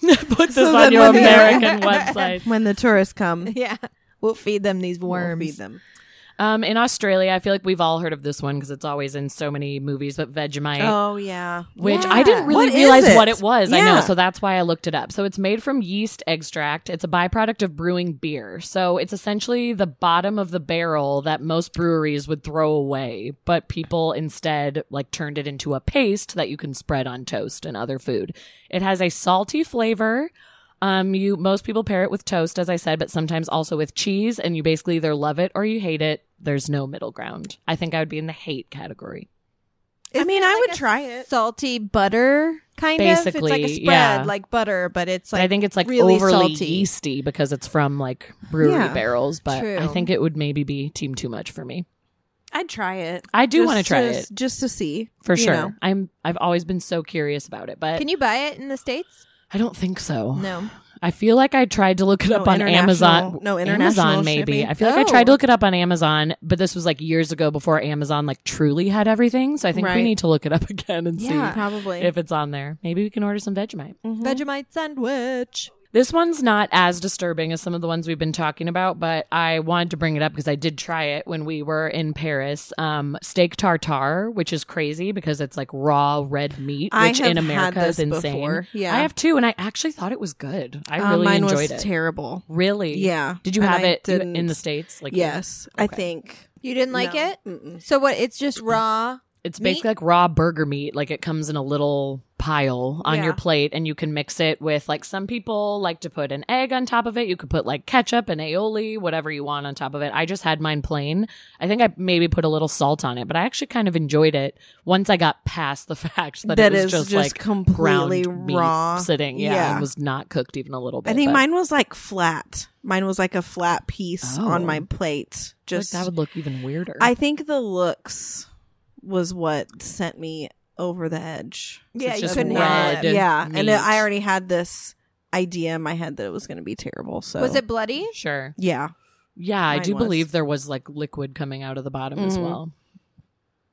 Speaker 7: put this
Speaker 8: So
Speaker 7: on
Speaker 8: then
Speaker 7: your
Speaker 8: when they-
Speaker 7: American website.
Speaker 8: when the tourists come,
Speaker 7: Mm-hmm.
Speaker 5: yeah, we'll feed them these worms.
Speaker 8: we'll feed them.
Speaker 7: Um, in Australia, I feel like we've all heard of this one because it's always in so many movies. But Vegemite,
Speaker 8: Oh yeah,
Speaker 7: which
Speaker 5: yeah.
Speaker 7: I didn't really
Speaker 8: What is
Speaker 7: realize
Speaker 8: it?
Speaker 7: what it was. I
Speaker 8: Yeah.
Speaker 7: know, so that's why I looked it up. So it's made from yeast extract. It's a byproduct of brewing beer. So it's essentially the bottom of the barrel that most breweries would throw away, but people instead like turned it into a paste that you can spread on toast and other food. It has a salty flavor. Um, you most people pair it with toast, as I said, but sometimes also with cheese, and you basically either love it or you hate it. There's no middle ground. I think I would be in the hate category.
Speaker 8: I
Speaker 5: Isn't
Speaker 8: mean,
Speaker 5: it
Speaker 8: I
Speaker 5: like
Speaker 8: would
Speaker 5: a
Speaker 8: try it.
Speaker 5: Salty butter, kind of. It's like a
Speaker 7: Basically,
Speaker 5: spread,
Speaker 7: yeah.
Speaker 5: like butter, but it's
Speaker 7: But
Speaker 5: like
Speaker 7: I think it's like
Speaker 5: really
Speaker 7: overly
Speaker 5: salty.
Speaker 7: yeasty because it's from like brewery
Speaker 8: Yeah,
Speaker 7: barrels, but I
Speaker 5: true.
Speaker 7: think it would maybe be team too much for me.
Speaker 8: I'd try it.
Speaker 7: I do
Speaker 8: Just
Speaker 7: wanna try it.
Speaker 8: just to see
Speaker 7: For
Speaker 8: you
Speaker 7: sure.
Speaker 8: know.
Speaker 7: I'm I've always been so curious about it, but
Speaker 5: Can you buy it in the states?
Speaker 7: I don't think so.
Speaker 5: No.
Speaker 7: I feel like I tried to look it
Speaker 8: No,
Speaker 7: up on
Speaker 8: international-
Speaker 7: Amazon.
Speaker 8: no, international
Speaker 7: Amazon maybe.
Speaker 8: shipping.
Speaker 7: I feel like I tried
Speaker 5: Oh.
Speaker 7: to look it up on Amazon, but this was like years ago before Amazon like truly had everything, so I think
Speaker 8: Right.
Speaker 7: we need to look it up again and
Speaker 5: Yeah.
Speaker 8: Probably.
Speaker 7: see if it's on there. Maybe we can order some Vegemite.
Speaker 5: Vegemite sandwich.
Speaker 7: This one's not as disturbing as some of the ones we've been talking about, but I wanted to bring it up because I did try it when we were in Paris. Um, steak tartare, which is crazy because it's like raw red meat,
Speaker 8: I
Speaker 7: which
Speaker 8: have
Speaker 7: in America
Speaker 8: had
Speaker 7: is
Speaker 8: this
Speaker 7: insane.
Speaker 8: before, yeah.
Speaker 7: I have two, and I actually thought it was good. I
Speaker 8: Uh,
Speaker 7: really
Speaker 8: mine
Speaker 7: enjoyed
Speaker 8: was
Speaker 7: it.
Speaker 8: terrible.
Speaker 7: really?
Speaker 8: Yeah,
Speaker 7: Did you
Speaker 8: and
Speaker 7: have
Speaker 8: I
Speaker 7: it you- in
Speaker 8: didn't-
Speaker 7: the states? Like
Speaker 8: yes, I think.
Speaker 5: You didn't like
Speaker 8: No.
Speaker 5: it?
Speaker 8: Mm-mm.
Speaker 5: So what? It's just raw.
Speaker 7: It's
Speaker 5: Meat?
Speaker 7: basically like raw burger meat. Like it comes in a little pile on
Speaker 8: Yeah.
Speaker 7: your plate, and you can mix it with like some people like to put an egg on top of it. You could put like ketchup and aioli, whatever you want on top of it. I just had mine plain. I think I maybe put a little salt on it, but I actually kind of enjoyed it once I got past the fact that,
Speaker 8: That
Speaker 7: it was
Speaker 8: is
Speaker 7: just, like
Speaker 8: just completely
Speaker 7: ground meat
Speaker 8: raw.
Speaker 7: sitting. Yeah,
Speaker 8: Yeah.
Speaker 7: it was not cooked even a little bit.
Speaker 8: I think
Speaker 7: but,
Speaker 8: mine was like flat. Mine was like a flat piece
Speaker 7: Oh.
Speaker 8: on my plate.
Speaker 7: like,
Speaker 8: Just
Speaker 7: that would look even weirder.
Speaker 8: I think the looks was what sent me over the edge.
Speaker 5: Yeah,
Speaker 7: It's
Speaker 5: you
Speaker 7: just
Speaker 5: couldn't
Speaker 7: red.
Speaker 5: have it.
Speaker 8: yeah, and it, I
Speaker 7: meat.
Speaker 8: already had this idea in my head that it was going to be terrible. So
Speaker 5: Was it bloody?
Speaker 7: sure.
Speaker 8: Yeah,
Speaker 7: Yeah, I
Speaker 8: Mine
Speaker 7: do
Speaker 8: was.
Speaker 7: believe there was like liquid coming out of the bottom as
Speaker 8: Mhm.
Speaker 7: well.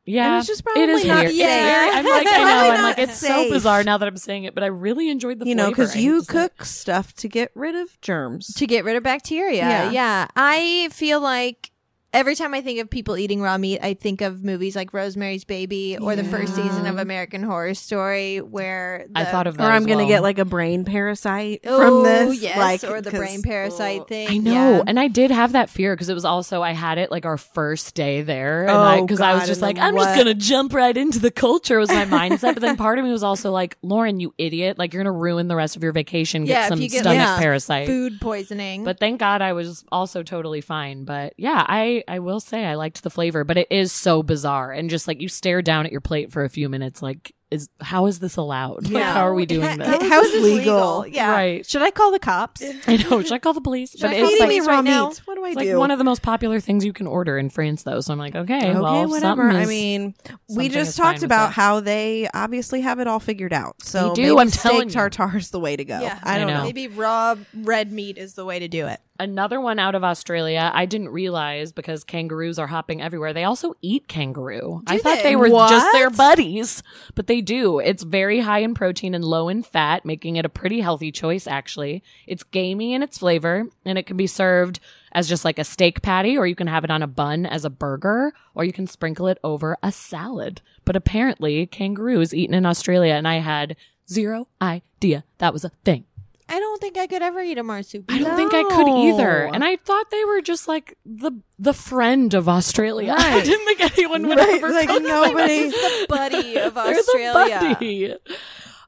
Speaker 7: Yeah,
Speaker 8: and it's just probably not
Speaker 7: weird.
Speaker 8: safe.
Speaker 7: It's very- I'm like, I
Speaker 8: Probably
Speaker 7: know, I'm
Speaker 8: not
Speaker 7: like, it's so
Speaker 8: safe.
Speaker 7: bizarre now that I'm saying it, but I really enjoyed the.
Speaker 8: you know,
Speaker 7: flavor.
Speaker 8: because
Speaker 7: I
Speaker 8: you
Speaker 7: just uh, like-
Speaker 8: cook stuff to get rid of germs.
Speaker 5: To get rid of bacteria.
Speaker 8: Yeah.
Speaker 5: Yeah. I feel like Every time I think of people eating raw meat, I think of movies like Rosemary's Baby or the first season of American Horror Story, where the,
Speaker 7: I thought of that.
Speaker 8: Or
Speaker 7: as
Speaker 8: I'm gonna
Speaker 7: well.
Speaker 8: get like a brain parasite
Speaker 5: oh,
Speaker 8: from this,
Speaker 5: yes,
Speaker 8: like
Speaker 5: or the
Speaker 8: 'cause-
Speaker 5: brain parasite thing.
Speaker 7: I know,
Speaker 5: yeah.
Speaker 7: and I did have that fear because it was also I had it like our first day there, and I
Speaker 8: Oh,
Speaker 7: because I was
Speaker 8: God,
Speaker 7: just
Speaker 8: and
Speaker 7: like,
Speaker 8: then
Speaker 7: I'm just
Speaker 8: what?
Speaker 7: gonna jump right into the culture was my mindset. but then part of me was also like, Lauren, you idiot! Like you're gonna ruin the rest of your vacation.
Speaker 5: Yeah,
Speaker 7: Get
Speaker 5: if
Speaker 7: some
Speaker 5: you get,
Speaker 7: stomach
Speaker 5: like,
Speaker 7: parasite.
Speaker 5: food poisoning.
Speaker 7: But thank God I was also totally fine. But yeah, I I will say I liked the flavor, but it is so bizarre and just like you stare down at your plate for a few minutes, like is how is this allowed? Like, how are we doing
Speaker 5: How
Speaker 7: this?
Speaker 5: is
Speaker 8: How's
Speaker 5: this
Speaker 8: legal?
Speaker 5: Yeah.
Speaker 7: Right.
Speaker 5: Should I call the cops?
Speaker 7: I know. Should I call the police?
Speaker 5: Should I
Speaker 7: it's
Speaker 5: call
Speaker 8: Feeding
Speaker 5: like-
Speaker 8: me
Speaker 5: right
Speaker 8: raw meat.
Speaker 5: now.
Speaker 8: What do I
Speaker 7: It's
Speaker 8: do?
Speaker 7: like one of the most popular things you can order in France, though. So I'm like, okay,
Speaker 8: okay,
Speaker 7: well,
Speaker 8: whatever.
Speaker 7: something
Speaker 8: I
Speaker 7: is-
Speaker 8: mean, we
Speaker 7: something
Speaker 8: just
Speaker 7: is fine
Speaker 8: talked
Speaker 7: with
Speaker 8: about
Speaker 7: that.
Speaker 8: how they obviously have it all figured out. So
Speaker 7: They do,
Speaker 8: maybe
Speaker 7: I'm
Speaker 8: steak
Speaker 7: telling you.
Speaker 8: tartare is the way to go.
Speaker 5: Yeah.
Speaker 8: I
Speaker 7: I
Speaker 8: don't
Speaker 7: know.
Speaker 8: know.
Speaker 5: Maybe raw red meat is the way to do it.
Speaker 7: another one out of Australia. I didn't realize because kangaroos are hopping everywhere. They also eat kangaroo. I thought
Speaker 5: they?
Speaker 7: they were just their
Speaker 5: What?
Speaker 7: buddies, but they do. It's very high in protein and low in fat, making it a pretty healthy choice, actually. It's gamey in its flavor, and it can be served as just like a steak patty, or you can have it on a bun as a burger, or you can sprinkle it over a salad. But apparently, kangaroo is eaten in Australia, and I had zero idea that was a thing.
Speaker 5: I don't think I could ever eat a marsupial.
Speaker 7: I don't think I could either.
Speaker 8: No.
Speaker 7: And I thought they were just like the the friend of Australia. I didn't think anyone would
Speaker 8: Right,
Speaker 7: ever
Speaker 8: like,
Speaker 7: cook
Speaker 8: nobody-
Speaker 7: them.
Speaker 5: the buddy of
Speaker 7: They're
Speaker 5: Australia.
Speaker 7: The buddy.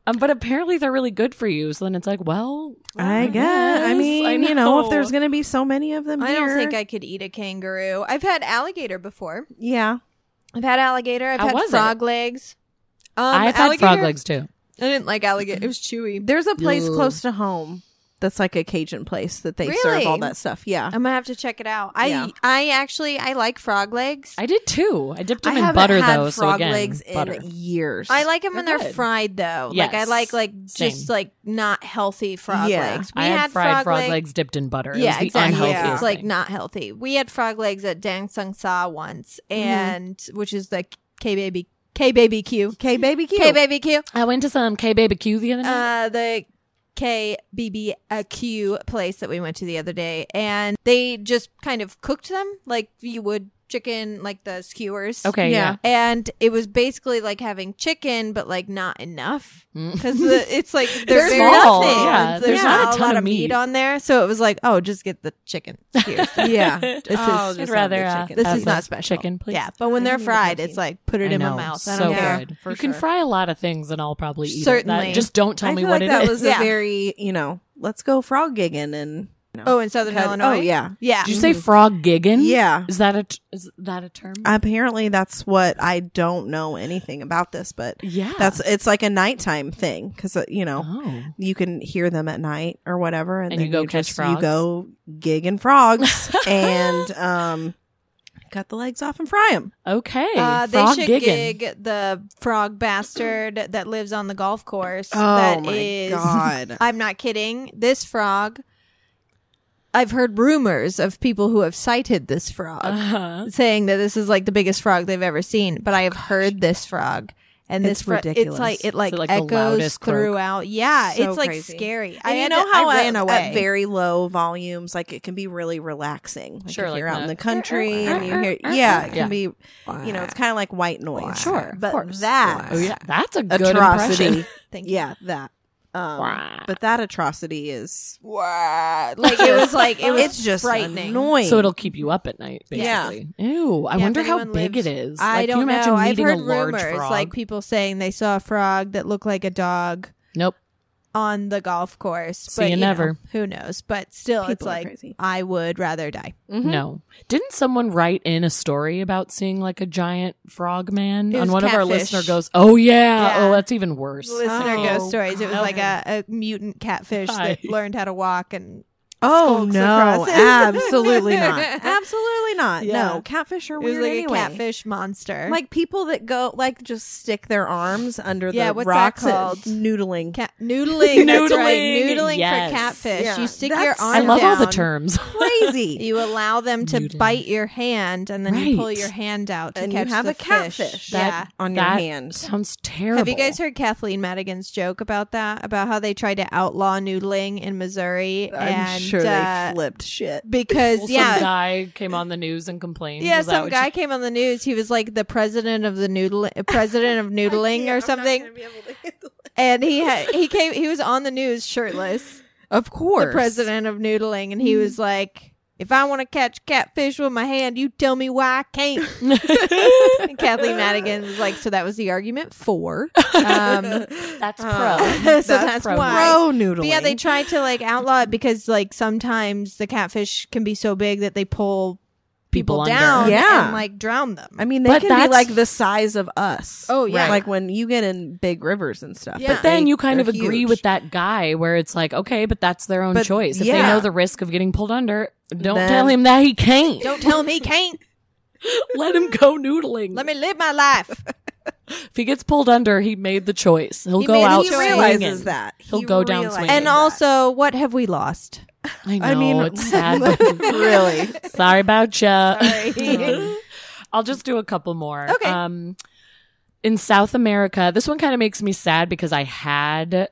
Speaker 7: Um, but apparently they're really good for you. So then it's like, well,
Speaker 8: I guess. I mean, you know, if there's
Speaker 7: gonna
Speaker 8: going to be so many of them,
Speaker 5: I don't
Speaker 8: here-
Speaker 5: think I could eat a kangaroo. I've had alligator before.
Speaker 8: Yeah,
Speaker 5: I've had alligator. I've
Speaker 7: How
Speaker 5: had
Speaker 7: was it?
Speaker 5: frog legs. Um,
Speaker 7: I've had
Speaker 5: alligator-
Speaker 7: frog legs too.
Speaker 5: I didn't like alligator. It was chewy.
Speaker 8: there's a place
Speaker 7: Ew.
Speaker 8: close to home that's like a Cajun place that they serve
Speaker 5: Really?
Speaker 8: all that stuff. Yeah,
Speaker 5: I'm gonna have to check it out. I
Speaker 8: Yeah.
Speaker 5: I actually I like frog legs. I,
Speaker 7: I did too. I dipped
Speaker 8: I
Speaker 7: them in
Speaker 8: haven't
Speaker 7: butter
Speaker 8: had
Speaker 7: though. so
Speaker 8: frog
Speaker 7: again,
Speaker 8: legs
Speaker 7: butter.
Speaker 8: in years.
Speaker 5: like them when
Speaker 7: They're
Speaker 5: they're
Speaker 7: good.
Speaker 5: fried though. Like I
Speaker 7: Yes.
Speaker 5: like like
Speaker 7: Same.
Speaker 5: just like not healthy frog
Speaker 8: Yeah.
Speaker 5: legs. We
Speaker 7: I had, fried frog,
Speaker 5: leg-
Speaker 7: legs dipped in butter. It was
Speaker 5: Yeah,
Speaker 7: the
Speaker 5: exactly.
Speaker 7: unhealthiest
Speaker 5: It's like
Speaker 7: thing.
Speaker 5: not healthy. We had frog legs at Dang Sung Sa once,
Speaker 7: Mm-hmm.
Speaker 5: and which is like K baby K baby Q
Speaker 8: K baby Q.
Speaker 5: K baby Q.
Speaker 7: I went to some K Baby Q the other night.
Speaker 5: Uh, the KBBQ place that we went to the other day, and they just kind of cooked them like you would chicken, like the skewers.
Speaker 7: okay, yeah.
Speaker 8: yeah.
Speaker 5: And it was basically like having chicken, but like not enough
Speaker 7: Mm.
Speaker 5: because it's like there's
Speaker 7: They're small.
Speaker 5: nothing.
Speaker 7: Yeah,
Speaker 5: there's
Speaker 7: there's not a
Speaker 5: not a,
Speaker 7: ton
Speaker 5: lot
Speaker 7: of
Speaker 5: of meat.
Speaker 7: meat.
Speaker 5: on there, so it was like, oh, just get the chicken. skewers.
Speaker 8: yeah,
Speaker 5: This
Speaker 7: Oh,
Speaker 5: is
Speaker 7: I'd
Speaker 8: just
Speaker 7: rather
Speaker 8: have the
Speaker 7: uh,
Speaker 8: chicken.
Speaker 5: this
Speaker 7: have
Speaker 5: is
Speaker 7: the
Speaker 5: not special.
Speaker 7: Chicken, please.
Speaker 5: Yeah, but when
Speaker 8: I
Speaker 5: they're
Speaker 8: need the
Speaker 5: fried,
Speaker 8: protein.
Speaker 5: it's like put it
Speaker 7: I
Speaker 5: in my
Speaker 7: know,
Speaker 5: mouth. I
Speaker 7: So
Speaker 5: don't care.
Speaker 7: good.
Speaker 8: For
Speaker 7: you can
Speaker 8: sure.
Speaker 7: fry a lot of things, and I'll probably eat it.
Speaker 5: Certainly.
Speaker 7: That, just don't tell
Speaker 8: I
Speaker 7: me
Speaker 8: feel
Speaker 7: what
Speaker 8: like
Speaker 7: it
Speaker 8: that
Speaker 7: is.
Speaker 8: was
Speaker 5: Yeah.
Speaker 8: a very you know, let's go frog gigging and
Speaker 5: Oh, in Southern
Speaker 8: cut-
Speaker 5: Illinois.
Speaker 8: Oh yeah,
Speaker 5: yeah.
Speaker 7: Did you say frog giggin?
Speaker 8: yeah.
Speaker 7: Is that a t- is that a term?
Speaker 8: Apparently, that's what I don't know anything about this, but
Speaker 7: yeah.
Speaker 8: That's it's like a nighttime thing because you know
Speaker 7: oh.
Speaker 8: you can hear them at night or whatever, and,
Speaker 7: And
Speaker 8: then
Speaker 7: you go catch
Speaker 8: just,
Speaker 7: frogs?
Speaker 8: You go gig and frogs and um, cut the legs off and fry them.
Speaker 7: Okay.
Speaker 5: Uh, they
Speaker 7: frog
Speaker 5: should
Speaker 7: giggin.
Speaker 5: gig the frog bastard that lives on the golf course.
Speaker 8: That
Speaker 5: that is-
Speaker 8: Oh god!
Speaker 5: I'm not kidding. This frog. I've heard rumors of people who have sighted this frog
Speaker 7: Uh-huh.
Speaker 5: saying that this is like the biggest frog they've ever seen, but I have heard this frog. And
Speaker 8: It's
Speaker 5: this frog,
Speaker 8: ridiculous.
Speaker 5: it's like it like,
Speaker 7: Is it, like, the
Speaker 5: echoes
Speaker 7: loudest croak?
Speaker 5: throughout. Yeah,
Speaker 8: So
Speaker 5: it's like
Speaker 8: crazy.
Speaker 5: scary.
Speaker 8: And
Speaker 5: I
Speaker 8: you
Speaker 5: had
Speaker 8: know
Speaker 5: to-
Speaker 8: how
Speaker 5: I
Speaker 8: at,
Speaker 5: ran
Speaker 8: at
Speaker 5: away.
Speaker 8: very low volumes, like it can be really relaxing. Like
Speaker 7: Sure,
Speaker 8: if
Speaker 7: like
Speaker 8: you're out in
Speaker 7: the-
Speaker 8: the country and you hear, yeah, it
Speaker 7: Yeah.
Speaker 8: can be. You know, it's kind of like white noise.
Speaker 7: Sure, of
Speaker 8: but
Speaker 7: course.
Speaker 8: that
Speaker 7: Oh yeah, that's a good impression.
Speaker 8: atrocity.
Speaker 5: Thank you.
Speaker 8: yeah, that. Um,
Speaker 7: Wah.
Speaker 8: but that atrocity is
Speaker 5: Wow. Like it was like it was
Speaker 8: it's just
Speaker 5: frightening.
Speaker 8: annoying.
Speaker 7: So it'll keep you up at night,
Speaker 8: Yeah.
Speaker 7: basically. Ew. I
Speaker 5: Yeah, if
Speaker 7: wonder how
Speaker 5: anyone
Speaker 7: big
Speaker 5: lives-
Speaker 7: it is.
Speaker 5: I
Speaker 7: like,
Speaker 5: don't
Speaker 7: can you imagine
Speaker 5: know. I've
Speaker 7: meeting
Speaker 5: heard
Speaker 7: a large
Speaker 5: rumors
Speaker 7: frog?
Speaker 5: like people saying they saw a frog that looked like a dog
Speaker 7: nope.
Speaker 5: on the golf course.
Speaker 7: See
Speaker 5: but
Speaker 7: you
Speaker 5: know,
Speaker 7: never.
Speaker 5: who knows? But still, it's
Speaker 8: People are
Speaker 5: like
Speaker 8: crazy.
Speaker 5: I would rather die.
Speaker 7: No. Didn't someone write in a story about seeing like a giant frog man?
Speaker 5: It
Speaker 7: And
Speaker 5: was
Speaker 7: one of our
Speaker 5: catfish.
Speaker 7: listener goes, Oh yeah.
Speaker 5: Yeah.
Speaker 7: Oh, that's even worse.
Speaker 5: Listener
Speaker 8: Oh,
Speaker 5: ghost stories. It was
Speaker 8: God.
Speaker 5: like a, a mutant catfish
Speaker 7: Hi.
Speaker 5: that learned how to walk and
Speaker 8: Oh
Speaker 5: skulks
Speaker 8: no,
Speaker 5: across it.
Speaker 8: absolutely not. Absolutely not.
Speaker 5: Yeah.
Speaker 8: No, catfish are
Speaker 5: it
Speaker 8: weird
Speaker 5: was like
Speaker 8: anyway.
Speaker 5: a catfish monster.
Speaker 8: Like people that go like just stick their arms under
Speaker 5: Yeah,
Speaker 8: the
Speaker 5: what's that
Speaker 8: rocks
Speaker 5: called?
Speaker 8: and noodling.
Speaker 5: Cat- noodling, that's right.
Speaker 7: Noodling,
Speaker 5: noodling
Speaker 7: yes.
Speaker 5: for catfish.
Speaker 8: Yeah.
Speaker 5: You stick your
Speaker 8: That's-
Speaker 5: arm.
Speaker 7: I love all the
Speaker 5: down.
Speaker 7: terms.
Speaker 8: Crazy.
Speaker 5: You allow them to
Speaker 7: Noodling.
Speaker 5: bite your hand, and then you pull
Speaker 7: Right.
Speaker 5: your hand out to
Speaker 8: and you
Speaker 5: catch
Speaker 8: have
Speaker 5: the
Speaker 8: a catfish
Speaker 5: yeah.
Speaker 8: on your
Speaker 7: That
Speaker 8: hand.
Speaker 7: Sounds terrible.
Speaker 5: Have you guys heard Kathleen Madigan's joke about that? About how they tried to outlaw noodling in Missouri?
Speaker 8: I'm
Speaker 5: and,
Speaker 8: sure
Speaker 5: uh,
Speaker 8: they flipped shit.
Speaker 5: because
Speaker 7: Well, Some
Speaker 5: yeah,
Speaker 7: guy came on the news and complained?
Speaker 5: Yeah,
Speaker 7: Is that
Speaker 5: some
Speaker 7: what
Speaker 5: guy came on the news. He was like the president of the noodle, president of noodling or something, and he had he came he was on the news shirtless.
Speaker 6: Of course.
Speaker 5: the president of noodling, and he was like, "If I want to catch catfish with my hand, you tell me why I can't." and Kathleen Madigan was like, "So that was the argument for." Um,
Speaker 7: you- that's
Speaker 5: so
Speaker 7: pro.
Speaker 5: that's,
Speaker 7: pro.
Speaker 5: why.
Speaker 8: Pro noodling.
Speaker 5: But yeah, they tried to like outlaw it because like sometimes the catfish can be so big that they pull people,
Speaker 7: People under.
Speaker 5: down
Speaker 8: Yeah.
Speaker 5: and like drown them.
Speaker 8: I mean, they
Speaker 7: But
Speaker 8: can be
Speaker 7: that's-
Speaker 8: like the size of us.
Speaker 5: Oh, yeah.
Speaker 8: like when you get in big rivers and stuff.
Speaker 5: Yeah.
Speaker 7: But then you kind of
Speaker 8: they're
Speaker 7: agree
Speaker 8: huge.
Speaker 7: with that guy where it's like, okay, but that's their own
Speaker 8: But-
Speaker 7: choice. If
Speaker 8: yeah.
Speaker 7: they know the risk of getting pulled under, don't
Speaker 8: Then-
Speaker 7: tell him that he can't.
Speaker 5: Don't tell me can't.
Speaker 7: Let him go noodling.
Speaker 5: Let me live my life.
Speaker 7: if he gets pulled under, he made the choice. He'll
Speaker 5: He
Speaker 7: go
Speaker 5: made-
Speaker 7: out
Speaker 5: he
Speaker 8: he
Speaker 7: swinging.
Speaker 8: realizes that
Speaker 7: He'll
Speaker 8: He
Speaker 7: go down
Speaker 8: realizes
Speaker 7: swinging.
Speaker 5: and
Speaker 8: that.
Speaker 5: also, what have we lost?
Speaker 7: I know.
Speaker 8: I mean,
Speaker 7: it's sad. but-
Speaker 8: really,
Speaker 7: sorry about ya.
Speaker 5: Sorry.
Speaker 7: I'll just do a couple more.
Speaker 5: Okay.
Speaker 7: Um, in South America, this one kind of makes me sad because I had,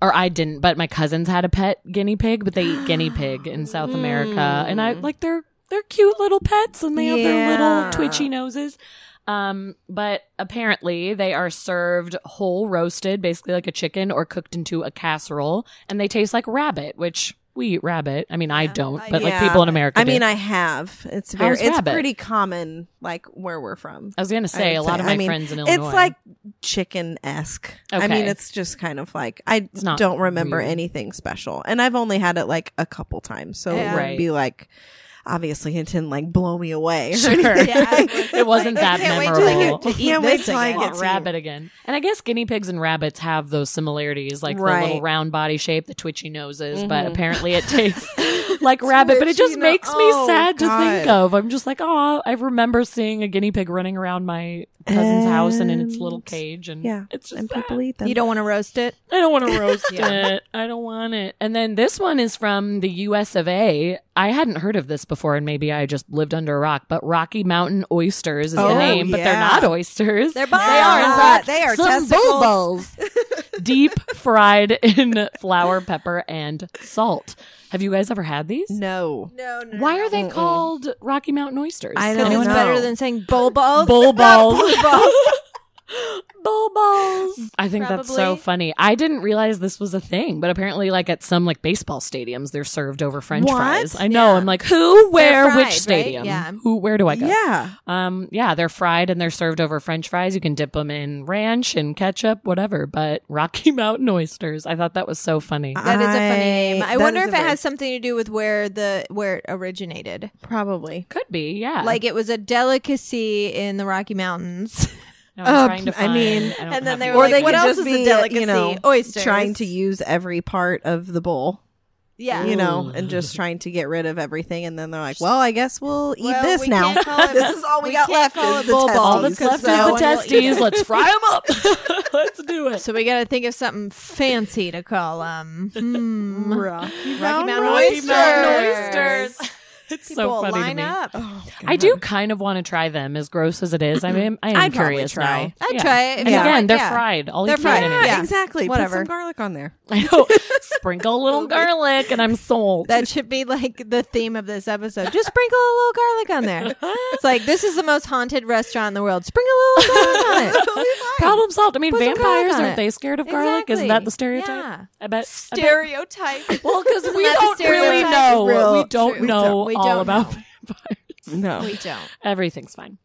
Speaker 7: or I didn't, but my cousins had a pet guinea pig, but they eat guinea pig in South America,
Speaker 8: Mm.
Speaker 7: and I like they're they're cute little pets, and they have their
Speaker 8: Yeah.
Speaker 7: little twitchy noses. Um, but apparently they are served whole roasted, basically like a chicken, or cooked into a casserole, and they taste like rabbit, which we eat rabbit. I mean, I don't, but like
Speaker 8: yeah.
Speaker 7: people in America.
Speaker 8: I mean,
Speaker 7: do.
Speaker 8: I have. It's very.
Speaker 7: How's
Speaker 8: It's
Speaker 7: rabbit?
Speaker 8: pretty common, like where we're from.
Speaker 7: I was gonna
Speaker 8: I
Speaker 7: say
Speaker 8: would
Speaker 7: a lot of
Speaker 8: I
Speaker 7: my
Speaker 8: mean,
Speaker 7: friends in Illinois.
Speaker 8: It's like chicken esque. I mean,
Speaker 7: Okay.
Speaker 8: it's just kind of like I
Speaker 7: not
Speaker 8: don't remember
Speaker 7: weird.
Speaker 8: anything special, and I've only had it like a couple times, so
Speaker 5: Yeah.
Speaker 8: it would
Speaker 7: Right.
Speaker 8: be like obviously it didn't like blow me away. or
Speaker 7: Sure.
Speaker 8: anything.
Speaker 5: Yeah.
Speaker 7: it wasn't that
Speaker 5: Can't wait till I
Speaker 7: memorable.
Speaker 5: get to eat
Speaker 8: Can't wait
Speaker 5: this
Speaker 8: till I
Speaker 5: again.
Speaker 8: get
Speaker 7: Want rabbit again, and I guess guinea pigs and rabbits have those similarities, like the
Speaker 8: Right. Mm-hmm.
Speaker 7: little round body shape, the twitchy noses. But apparently, it tastes like rabbit. But it just
Speaker 8: Twitchy no-
Speaker 7: makes me
Speaker 8: Oh,
Speaker 7: sad to
Speaker 8: God.
Speaker 7: think of. I'm just like, oh, I remember seeing a guinea pig running around my cousin's house and in its little
Speaker 8: And-
Speaker 7: cage, and
Speaker 8: Yeah,
Speaker 7: it's just
Speaker 8: and
Speaker 7: sad.
Speaker 8: people eat them.
Speaker 5: You don't want to roast it.
Speaker 7: I don't want to roast it. I don't want it. And then this one is from the US of A. I hadn't heard of this before, and maybe I just lived under a rock, but Rocky Mountain Oysters is
Speaker 8: Oh,
Speaker 7: the name, but they're
Speaker 8: yeah.
Speaker 7: not oysters.
Speaker 5: They're
Speaker 7: they
Speaker 5: bones.
Speaker 7: are, in
Speaker 5: They're
Speaker 7: fact,
Speaker 8: They are
Speaker 7: some
Speaker 8: testicles.
Speaker 7: bulbos. deep fried in flour, pepper, and salt. Have you guys ever had these?
Speaker 8: No.
Speaker 5: No, no.
Speaker 7: Why are they called Rocky Mountain Oysters?
Speaker 8: I
Speaker 5: Because
Speaker 8: don't
Speaker 5: it's
Speaker 8: know.
Speaker 5: better than saying bull balls.
Speaker 7: Bull balls.
Speaker 5: Bull balls.
Speaker 7: bull balls. I think that's so
Speaker 5: Probably.
Speaker 7: funny. I didn't realize this was a thing, but apparently, like at some like baseball stadiums, they're served over French
Speaker 8: What?
Speaker 7: fries. I know. I'm like, who, where,
Speaker 5: fried, right?
Speaker 7: which stadium?
Speaker 5: Yeah.
Speaker 7: Who, where do I go?
Speaker 8: Yeah.
Speaker 7: Um, yeah, they're fried and they're served over French fries. You can dip them in ranch and ketchup, whatever. But Rocky Mountain oysters, I thought that was so funny.
Speaker 5: That is a funny
Speaker 8: I-
Speaker 5: name. I
Speaker 8: that
Speaker 5: wonder
Speaker 8: is
Speaker 5: if
Speaker 8: a
Speaker 5: it
Speaker 8: very-
Speaker 5: has something to do with where the where it originated.
Speaker 8: Probably.
Speaker 7: Could be, yeah.
Speaker 5: Like it was a delicacy in the Rocky Mountains,
Speaker 7: Now I'm
Speaker 8: uh,
Speaker 7: trying to
Speaker 8: I
Speaker 7: find,
Speaker 8: mean,
Speaker 7: I don't
Speaker 5: and then
Speaker 7: have
Speaker 5: they
Speaker 7: the-
Speaker 5: were
Speaker 8: Or
Speaker 5: like,
Speaker 8: they
Speaker 5: "What
Speaker 8: could
Speaker 5: else
Speaker 8: just
Speaker 5: is
Speaker 8: be,
Speaker 5: a delicacy?
Speaker 8: you know,
Speaker 5: Oysters."
Speaker 8: Trying to use every part of the bowl,
Speaker 5: yeah.
Speaker 8: you know, and just trying to get rid of everything. And then they're like, well, I guess we'll eat
Speaker 5: Well,
Speaker 8: this
Speaker 5: we
Speaker 8: now.
Speaker 5: can't call it-
Speaker 8: this is all we,
Speaker 5: we
Speaker 8: got
Speaker 5: can't
Speaker 8: left
Speaker 5: call
Speaker 8: is
Speaker 5: it
Speaker 8: the
Speaker 5: bull
Speaker 8: testes.
Speaker 5: balls.
Speaker 7: all that's left is the testes. Let's fry them up. Let's do it.
Speaker 5: So we got to think of something fancy to call them. Hmm.
Speaker 8: Rocky
Speaker 5: Rocky Mountain oysters.
Speaker 7: It's
Speaker 5: People
Speaker 7: so funny
Speaker 5: line
Speaker 7: to me.
Speaker 5: up.
Speaker 8: Oh.
Speaker 7: I do kind of want to try them, as gross as it is. I mean, I am
Speaker 8: I'd probably
Speaker 7: curious
Speaker 8: try.
Speaker 7: now.
Speaker 5: I'd
Speaker 7: Yeah.
Speaker 5: try it.
Speaker 7: And
Speaker 5: Yeah.
Speaker 7: again, they're
Speaker 5: Yeah.
Speaker 7: fried. I'll
Speaker 5: They're
Speaker 7: eat fried.
Speaker 5: fried.
Speaker 7: Anyway.
Speaker 5: Yeah.
Speaker 8: exactly.
Speaker 5: Whatever.
Speaker 8: Put some garlic on there.
Speaker 7: I know. Sprinkle a little garlic, and I'm sold.
Speaker 5: That should be like the theme of this episode. Just sprinkle a little garlic on there. It's like this is the most haunted restaurant in the world. Sprinkle a little garlic on it.
Speaker 7: Problem solved. I mean,
Speaker 5: Put some garlic
Speaker 7: vampires
Speaker 5: on
Speaker 7: aren't
Speaker 5: it.
Speaker 7: they scared of garlic? Isn't
Speaker 5: Exactly.
Speaker 7: that the stereotype?
Speaker 5: Yeah.
Speaker 7: I bet. I bet-
Speaker 5: Stereotype.
Speaker 7: Well, because we
Speaker 5: that the
Speaker 7: don't really
Speaker 5: stereotype?
Speaker 7: know.
Speaker 8: Real
Speaker 7: we don't
Speaker 8: true. We
Speaker 7: know
Speaker 5: don't- we
Speaker 7: all
Speaker 5: don't
Speaker 7: about
Speaker 5: know.
Speaker 7: vampires.
Speaker 8: No.
Speaker 5: we don't.
Speaker 7: Everything's fine.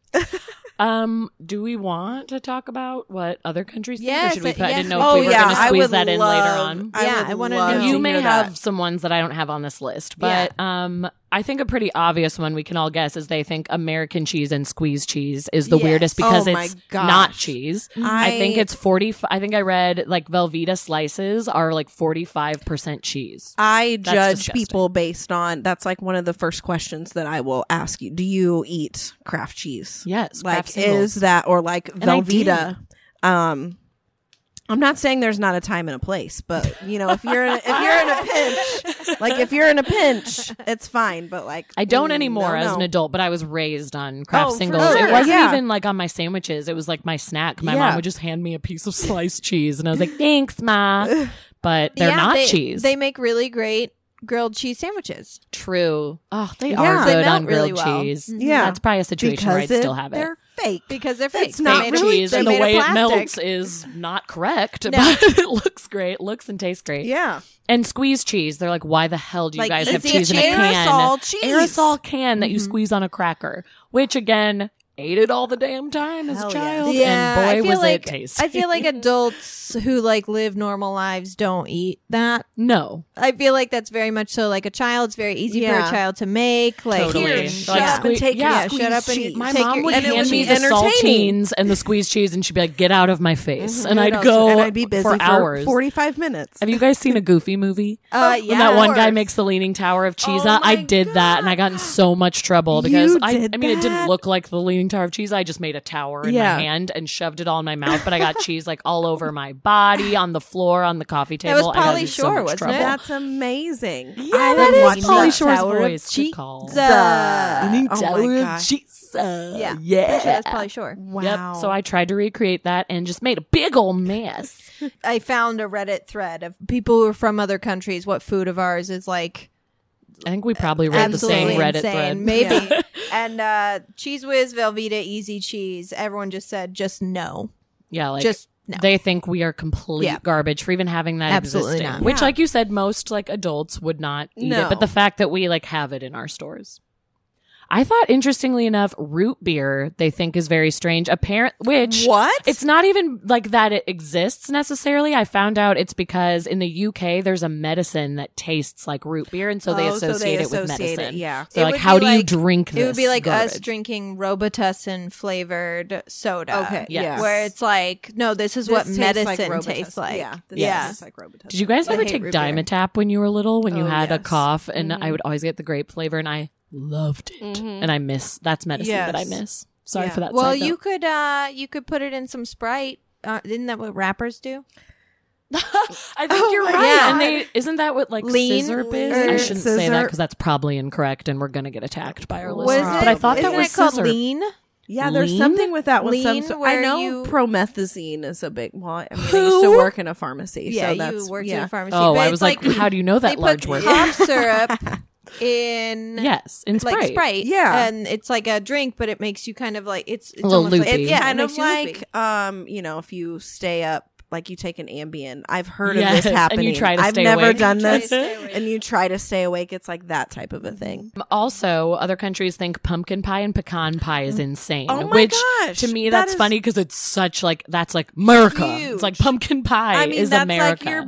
Speaker 7: um, do we want to talk about what other countries? think, or
Speaker 5: Yes,
Speaker 7: should we?
Speaker 5: uh,
Speaker 7: put- I
Speaker 5: yes,
Speaker 7: didn't know
Speaker 5: we
Speaker 7: if we were
Speaker 5: should.
Speaker 7: going to
Speaker 5: I
Speaker 7: squeeze
Speaker 8: Oh, would
Speaker 7: that in later
Speaker 8: love-
Speaker 7: on.
Speaker 5: Yeah,
Speaker 8: would
Speaker 5: I wanna
Speaker 8: love
Speaker 5: know.
Speaker 7: you
Speaker 8: to
Speaker 7: may
Speaker 8: hear that.
Speaker 7: have some ones that I don't have on this list, but um, I think a pretty obvious one we can all guess is they think American cheese and squeeze cheese is the
Speaker 5: Yes.
Speaker 7: weirdest because
Speaker 8: Oh my
Speaker 7: it's not
Speaker 8: gosh.
Speaker 7: cheese.
Speaker 8: I-
Speaker 7: I, think it's forty. I think I read like Velveeta slices are like forty five percent cheese.
Speaker 8: I
Speaker 7: That's
Speaker 8: judge
Speaker 7: disgusting.
Speaker 8: people based on that's like one of the first questions that I will ask you. Do you eat craft cheese?
Speaker 7: Yes,
Speaker 8: like
Speaker 7: Kraft
Speaker 8: is
Speaker 7: singles.
Speaker 8: that or like
Speaker 7: And I
Speaker 8: Velveeta? Um, I'm not saying there's not a time and a place, but you know if you're in a, if you're in a pinch, like if you're in a pinch, it's fine. But like
Speaker 7: I don't
Speaker 8: mm,
Speaker 7: anymore
Speaker 8: no,
Speaker 7: as an
Speaker 8: no. Oh,
Speaker 7: adult, but I was raised on Kraft
Speaker 8: for
Speaker 7: singles.
Speaker 8: sure,
Speaker 7: It wasn't
Speaker 8: yeah.
Speaker 7: even like on my sandwiches. It was like my snack. My
Speaker 8: Yeah.
Speaker 7: mom would just hand me a piece of sliced cheese, and I was like, "Thanks, ma," but they're
Speaker 5: Yeah,
Speaker 7: not
Speaker 5: they-
Speaker 7: cheese.
Speaker 5: They make really great grilled cheese sandwiches.
Speaker 7: True. Oh, they
Speaker 8: Yeah.
Speaker 7: are
Speaker 8: They
Speaker 7: good
Speaker 5: melt
Speaker 7: on grilled
Speaker 5: really well.
Speaker 7: cheese.
Speaker 8: Yeah.
Speaker 7: That's probably a situation where I'd
Speaker 8: Because it-
Speaker 7: still have it.
Speaker 8: They're fake.
Speaker 5: Because they're fake.
Speaker 8: It's
Speaker 5: They
Speaker 8: not
Speaker 5: made
Speaker 7: Fake
Speaker 5: of-
Speaker 8: really-
Speaker 7: cheese
Speaker 5: they
Speaker 7: and the
Speaker 5: made of
Speaker 7: way it
Speaker 5: plastic.
Speaker 7: melts is not correct,
Speaker 5: No.
Speaker 7: but it looks great, looks and tastes great.
Speaker 8: Yeah.
Speaker 7: And squeeze cheese. They're like, why the hell do you
Speaker 5: Like,
Speaker 7: guys have
Speaker 5: it's
Speaker 7: cheese in a can?
Speaker 8: aerosol cheese.
Speaker 7: Aerosol can
Speaker 5: Mm-hmm.
Speaker 7: that you squeeze on a cracker, which again, ate it all the damn time as
Speaker 8: Hell
Speaker 7: a
Speaker 8: yeah.
Speaker 7: child.
Speaker 5: Yeah,
Speaker 7: and
Speaker 5: I
Speaker 7: boy
Speaker 5: feel
Speaker 7: was
Speaker 5: like
Speaker 7: it tasty.
Speaker 5: I feel like adults who like live normal lives don't eat that.
Speaker 7: no.
Speaker 5: I feel like that's very much so like a child. It's very easy for
Speaker 8: Yeah.
Speaker 5: a child to make. Like
Speaker 7: Totally.
Speaker 5: here,
Speaker 7: Like,
Speaker 5: shut up and
Speaker 7: squeeze-
Speaker 5: take
Speaker 7: yeah,
Speaker 5: yeah, shut up and
Speaker 8: squeeze
Speaker 7: My
Speaker 5: take
Speaker 7: mom
Speaker 5: your-
Speaker 7: would
Speaker 5: and it
Speaker 7: hand
Speaker 5: would
Speaker 7: me
Speaker 5: be
Speaker 7: the
Speaker 8: entertaining.
Speaker 7: saltines and the squeeze cheese, and she'd be like, "Get out of my face!" And I'd
Speaker 5: I'd
Speaker 7: go
Speaker 8: Mm-hmm. and I'd be busy
Speaker 7: for hours.
Speaker 8: forty-five minutes.
Speaker 7: Have you guys seen a Goofy movie?
Speaker 5: Uh,
Speaker 7: When
Speaker 5: yeah.
Speaker 7: that one
Speaker 5: Of
Speaker 7: guy
Speaker 5: course.
Speaker 7: makes the leaning tower of cheese.
Speaker 8: Oh
Speaker 7: out. I
Speaker 8: my
Speaker 7: did that, and I got in so much trouble
Speaker 8: You
Speaker 7: because I,
Speaker 8: did
Speaker 7: I mean, it didn't
Speaker 8: that?
Speaker 7: look like the leaning tower of cheese. I just made a tower in
Speaker 8: Yeah.
Speaker 7: my hand and shoved it all in my mouth, but I got cheese like all over my body, on the floor, on the coffee
Speaker 5: That
Speaker 7: table.
Speaker 5: was
Speaker 7: I got
Speaker 5: Pauly
Speaker 7: in so
Speaker 5: Shore,
Speaker 7: much
Speaker 5: wasn't it?
Speaker 7: trouble.
Speaker 8: That's amazing. Yeah,
Speaker 7: that is Pauly
Speaker 8: that.
Speaker 7: Shore's
Speaker 8: Tower of
Speaker 7: voice. Good
Speaker 8: Cheeks.
Speaker 7: call.
Speaker 8: Oh my gosh.
Speaker 7: cheese.
Speaker 5: yeah,
Speaker 7: Yeah.
Speaker 5: Pretty sure that's probably sure.
Speaker 8: Wow.
Speaker 7: Yep. So I tried to recreate that and just made a big old mess.
Speaker 5: I found a Reddit thread of people who are from other countries. What food of ours is like
Speaker 7: I think we probably read the same
Speaker 5: absolutely
Speaker 7: Reddit
Speaker 5: insane.
Speaker 7: thread.
Speaker 5: Maybe.
Speaker 7: Yeah.
Speaker 5: and uh, Cheese Whiz, Velveeta, Easy Cheese. Everyone just said just no,
Speaker 7: Yeah, like
Speaker 5: just no.
Speaker 7: they think we are complete
Speaker 5: Yeah.
Speaker 7: garbage for even having that
Speaker 5: Absolutely
Speaker 7: existing.
Speaker 5: not.
Speaker 7: Which, like you said, most like adults would not eat
Speaker 8: No.
Speaker 7: it, but the fact that we like have it in our stores. I thought, interestingly enough, root beer they think is very strange. Apparent, which
Speaker 8: What?
Speaker 7: it's not even like that it exists necessarily. I found out it's because in the UK there's a medicine that tastes like root beer, and so they
Speaker 8: Oh, so they
Speaker 7: associate it with
Speaker 8: associate it,
Speaker 7: medicine.
Speaker 8: yeah.
Speaker 7: So
Speaker 5: It
Speaker 7: like,
Speaker 5: would
Speaker 7: how
Speaker 5: be
Speaker 7: do you
Speaker 5: like-
Speaker 7: drink this?
Speaker 5: It would be like us
Speaker 7: garbage?
Speaker 5: drinking Robitussin flavored soda.
Speaker 8: Okay,
Speaker 7: yes.
Speaker 5: Where it's like, no, this is what
Speaker 8: This
Speaker 5: medicine
Speaker 8: Robitussin.
Speaker 5: tastes like.
Speaker 8: Yeah, this
Speaker 5: yeah.
Speaker 8: tastes like Robitussin.
Speaker 7: Did you guys
Speaker 5: I
Speaker 7: ever
Speaker 5: hate
Speaker 7: take
Speaker 5: root beer. Mm-hmm.
Speaker 7: Dimetapp when you were little? When you
Speaker 8: Oh,
Speaker 7: had a
Speaker 8: yes.
Speaker 7: cough, and I would always get the grape flavor, and I loved it.
Speaker 1: Mhm.
Speaker 7: And I miss that's medicine that I
Speaker 8: Yes.
Speaker 7: miss. Sorry
Speaker 8: Yeah.
Speaker 7: for that.
Speaker 5: Well,
Speaker 7: side note.
Speaker 5: you could uh you could put it in some Sprite. Uh, isn't that what rappers do?
Speaker 7: I think
Speaker 8: Oh
Speaker 7: you're
Speaker 8: my
Speaker 7: right.
Speaker 5: God.
Speaker 7: And they isn't that what like
Speaker 5: Lean
Speaker 7: scissor biz?
Speaker 5: or
Speaker 7: I shouldn't say that
Speaker 8: scissor.
Speaker 7: because that's probably incorrect, and we're gonna get attacked by our
Speaker 8: Was
Speaker 7: listeners. but I thought that
Speaker 5: isn't
Speaker 7: was
Speaker 5: it called
Speaker 7: scissor.
Speaker 5: lean?
Speaker 8: Yeah, there's
Speaker 7: Lean?
Speaker 8: something with that one.
Speaker 5: Lean,
Speaker 8: some, I
Speaker 5: where
Speaker 8: know
Speaker 5: you-
Speaker 8: promethazine is a big one. I, mean, I used to
Speaker 7: Who?
Speaker 8: work in a pharmacy,
Speaker 5: Yeah,
Speaker 8: so that's
Speaker 5: you worked
Speaker 8: yeah.
Speaker 5: in a pharmacy.
Speaker 7: Oh,
Speaker 5: but
Speaker 7: I
Speaker 5: it's
Speaker 7: was like, how do you know
Speaker 5: they
Speaker 7: that large
Speaker 5: put
Speaker 7: word?
Speaker 5: cough syrup in
Speaker 7: Yes, in Sprite.
Speaker 5: like Sprite.
Speaker 8: Yeah.
Speaker 5: and it's like a drink, but it makes you kind of like it's it's
Speaker 7: little
Speaker 5: almost like-
Speaker 7: loopy.
Speaker 5: it's-
Speaker 8: It's
Speaker 5: yeah, it
Speaker 8: kind
Speaker 5: makes
Speaker 8: of
Speaker 5: you loopy.
Speaker 8: like um, you know, if you stay up, like you take an Ambien. I've heard
Speaker 7: Yes,
Speaker 8: of this happening.
Speaker 7: and you try to
Speaker 8: I've
Speaker 7: stay
Speaker 8: never
Speaker 7: awake.
Speaker 8: done
Speaker 5: You try to
Speaker 8: this,
Speaker 5: stay awake.
Speaker 8: and you try to stay awake. It's like that type of a thing.
Speaker 7: Also, other countries think pumpkin pie and pecan pie is insane.
Speaker 8: Oh my
Speaker 7: which
Speaker 8: gosh,
Speaker 7: to me
Speaker 8: that
Speaker 7: that's
Speaker 8: is
Speaker 7: funny because it's such like that's like America.
Speaker 8: Huge.
Speaker 7: It's like pumpkin pie
Speaker 8: I mean,
Speaker 7: is
Speaker 8: that's
Speaker 7: America.
Speaker 8: like your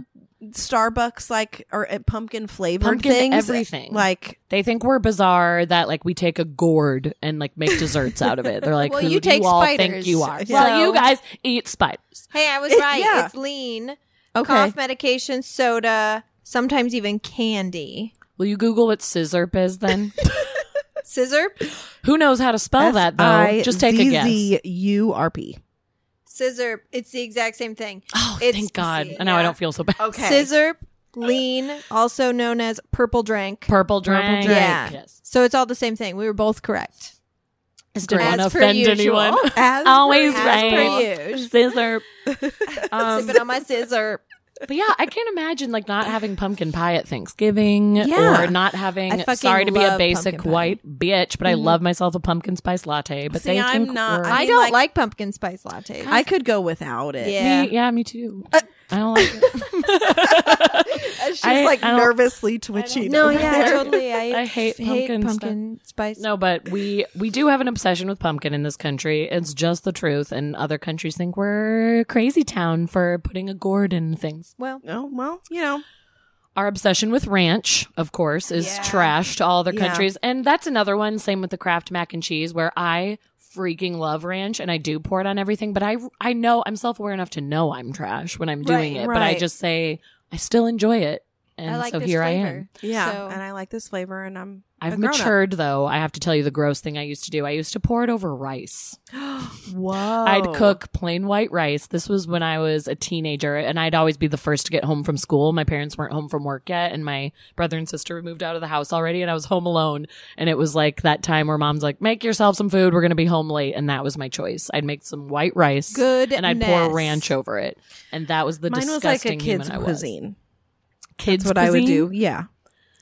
Speaker 8: Starbucks, like or uh, pumpkin flavored
Speaker 7: Pumpkin
Speaker 8: things,
Speaker 7: everything.
Speaker 8: Like
Speaker 7: They think we're bizarre that like we take a gourd and like make desserts out of it. They're like,
Speaker 5: Well,
Speaker 7: who
Speaker 5: you
Speaker 7: do
Speaker 5: take
Speaker 7: you all
Speaker 5: spiders,
Speaker 7: think you are?
Speaker 5: so-
Speaker 7: Well, you guys eat spiders.
Speaker 5: hey, I was
Speaker 8: It-
Speaker 5: right.
Speaker 8: yeah.
Speaker 5: It's lean.
Speaker 8: okay,
Speaker 5: Cough medication, soda, sometimes even candy.
Speaker 7: Will you Google what scissorp is then?
Speaker 5: Scissor,
Speaker 7: who knows how to spell that though? Just take a guess.
Speaker 8: S-I-Z-Z-U-R-P.
Speaker 5: scissor. It's the exact same thing.
Speaker 7: Oh,
Speaker 5: It's-
Speaker 7: thank God! And now I don't feel so bad.
Speaker 8: Okay.
Speaker 5: Scissor, lean, also known as purple drink.
Speaker 7: Purple drink.
Speaker 8: drink.
Speaker 5: Yeah.
Speaker 7: Yes.
Speaker 5: So it's all the same thing. We were both correct.
Speaker 7: Just didn't
Speaker 5: As
Speaker 7: want to
Speaker 5: per
Speaker 7: offend
Speaker 5: usual.
Speaker 7: anyone.
Speaker 8: As
Speaker 7: Always
Speaker 5: per- as
Speaker 7: right.
Speaker 5: per usual.
Speaker 7: Scissor. Um,
Speaker 5: Sipping on my scissor.
Speaker 7: But yeah, I can't imagine like not having pumpkin pie at Thanksgiving
Speaker 8: Yeah.
Speaker 7: or not having.
Speaker 5: I fucking
Speaker 7: Sorry to be
Speaker 5: love
Speaker 7: a basic
Speaker 5: pumpkin pie.
Speaker 7: white bitch, but I love myself a pumpkin spice latte. But
Speaker 8: See,
Speaker 7: they
Speaker 8: I'm
Speaker 7: think
Speaker 8: not-
Speaker 7: we're-
Speaker 5: I,
Speaker 8: mean,
Speaker 5: don't
Speaker 8: like-
Speaker 5: like, pumpkin spice lattes.
Speaker 8: I could go without it.
Speaker 5: yeah.
Speaker 7: Me- yeah, me too. I don't like it.
Speaker 8: She's
Speaker 7: I-
Speaker 8: like
Speaker 7: I don't-
Speaker 8: nervously twitchy.
Speaker 5: No,
Speaker 8: over
Speaker 5: yeah,
Speaker 8: there.
Speaker 5: totally. I,
Speaker 7: I hate pumpkin
Speaker 5: spice.
Speaker 7: no, but we we do have an obsession with pumpkin in this country. It's just the truth, and other countries think we're crazy town for putting a gourd in things.
Speaker 5: Well,
Speaker 8: Oh well, you know.
Speaker 7: Our obsession with ranch, of course, is
Speaker 5: Yeah.
Speaker 7: trash to all other
Speaker 8: Yeah.
Speaker 7: countries. And that's another one. Same with the Kraft mac and cheese, where I freaking love ranch and I do pour it on everything. But I, I know I'm self aware enough to know I'm trash when I'm doing
Speaker 8: Right,
Speaker 7: it. But I
Speaker 8: right.
Speaker 7: just say, I still enjoy it. And
Speaker 5: I like
Speaker 7: so
Speaker 5: this
Speaker 7: here
Speaker 5: flavor.
Speaker 7: I am.
Speaker 8: Yeah,
Speaker 5: So-
Speaker 8: and I like this flavor, and I'm
Speaker 7: I've
Speaker 8: a grown-up.
Speaker 7: matured though. I have to tell you the gross thing I used to do. I used to pour it over rice.
Speaker 8: Whoa,
Speaker 7: I'd cook plain white rice. This was when I was a teenager, and I'd always be the first to get home from school. My parents weren't home from work yet, and my brother and sister had moved out of the house already, and I was home alone. And it was like that time where mom's like, "Make yourself some food. We're gonna be home late," and that was my choice. I'd make some white rice,
Speaker 5: Goodness.
Speaker 7: and I'd pour ranch over it, and that was the
Speaker 8: Mine was like a
Speaker 7: disgusting
Speaker 8: kid's
Speaker 7: human I was.
Speaker 8: cuisine.
Speaker 7: Kids,
Speaker 8: That's what I would
Speaker 7: cuisine?
Speaker 8: do. Yeah,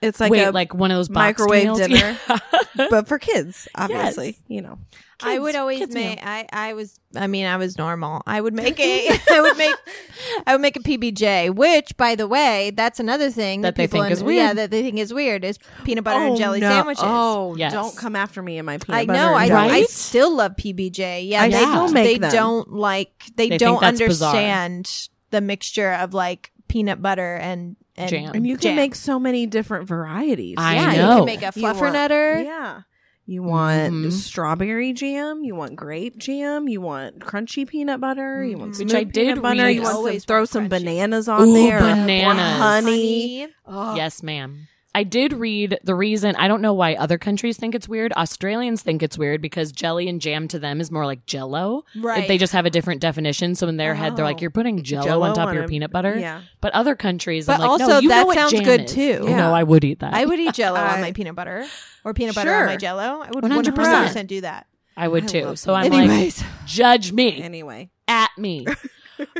Speaker 8: It's like
Speaker 7: Wait,
Speaker 8: a
Speaker 7: like one of those boxed
Speaker 8: microwave
Speaker 7: meals?
Speaker 8: dinner.
Speaker 7: Yeah.
Speaker 8: but for kids, obviously, you know.
Speaker 5: I would
Speaker 7: Kids-
Speaker 5: always
Speaker 7: kids
Speaker 5: make.
Speaker 7: meal.
Speaker 5: I I was. I mean, I was normal. I would make a. I would make. I would make a PBJ, which, by the way, that's another thing
Speaker 7: That they
Speaker 5: people
Speaker 7: think
Speaker 5: in-
Speaker 7: is weird. Oh,
Speaker 5: Yeah, that they think is weird is peanut butter and jelly
Speaker 8: no.
Speaker 5: sandwiches.
Speaker 8: Oh,
Speaker 7: Yes.
Speaker 8: don't come after me and my peanut
Speaker 5: I
Speaker 8: butter.
Speaker 5: know.
Speaker 8: and
Speaker 5: I
Speaker 8: jelly.
Speaker 5: I
Speaker 7: Right?
Speaker 5: still love PBJ. Yeah,
Speaker 8: I
Speaker 5: they,
Speaker 7: still
Speaker 5: don't-
Speaker 8: make
Speaker 5: they
Speaker 8: them.
Speaker 5: don't like. They,
Speaker 7: They think
Speaker 5: don't
Speaker 7: that's bizarre.
Speaker 5: understand the mixture of like peanut butter and and
Speaker 7: Jam.
Speaker 8: And you can
Speaker 5: jam.
Speaker 8: make so many different varieties.
Speaker 7: I
Speaker 5: yeah, you
Speaker 7: know.
Speaker 5: can make a
Speaker 8: You want-
Speaker 5: fluffernutter.
Speaker 8: Yeah. You want
Speaker 7: Mhm.
Speaker 8: strawberry jam. You want grape jam. You want crunchy peanut butter. You want
Speaker 5: Mhm.
Speaker 7: Mm-hmm. Which
Speaker 8: smooth
Speaker 7: I did
Speaker 8: peanut butter.
Speaker 7: read-
Speaker 8: You want to
Speaker 5: Always
Speaker 8: throw
Speaker 5: want
Speaker 8: some
Speaker 5: crunchy.
Speaker 8: bananas on
Speaker 7: Ooh,
Speaker 8: there.
Speaker 7: bananas. Oh,
Speaker 8: Honey.
Speaker 7: Yes, ma'am. I did read the reason. I don't know why other countries think it's weird. Australians think it's weird because jelly and jam to them is more like jello.
Speaker 5: Right.
Speaker 7: They just have a different definition. So in their head, they're
Speaker 8: Oh.
Speaker 7: like, you're putting jello, on
Speaker 8: Jell-O
Speaker 7: top
Speaker 8: on
Speaker 7: of your
Speaker 8: a-
Speaker 7: peanut butter.
Speaker 8: yeah.
Speaker 7: But other countries,
Speaker 5: But
Speaker 7: I'm like,
Speaker 5: also,
Speaker 7: no, you
Speaker 5: that
Speaker 7: know what
Speaker 5: sounds
Speaker 7: jam
Speaker 5: good
Speaker 7: is.
Speaker 5: too.
Speaker 7: You
Speaker 8: Yeah.
Speaker 7: know, I would eat that.
Speaker 5: I would eat jello
Speaker 8: I-
Speaker 5: on my peanut butter or peanut butter on my
Speaker 8: Sure.
Speaker 5: jello. I would 100%,
Speaker 7: 100%.
Speaker 5: do that.
Speaker 7: I would
Speaker 8: I
Speaker 7: too.
Speaker 8: love
Speaker 7: So I'm
Speaker 5: Anyways,
Speaker 7: like, judge me,
Speaker 8: Anyway.
Speaker 7: at me.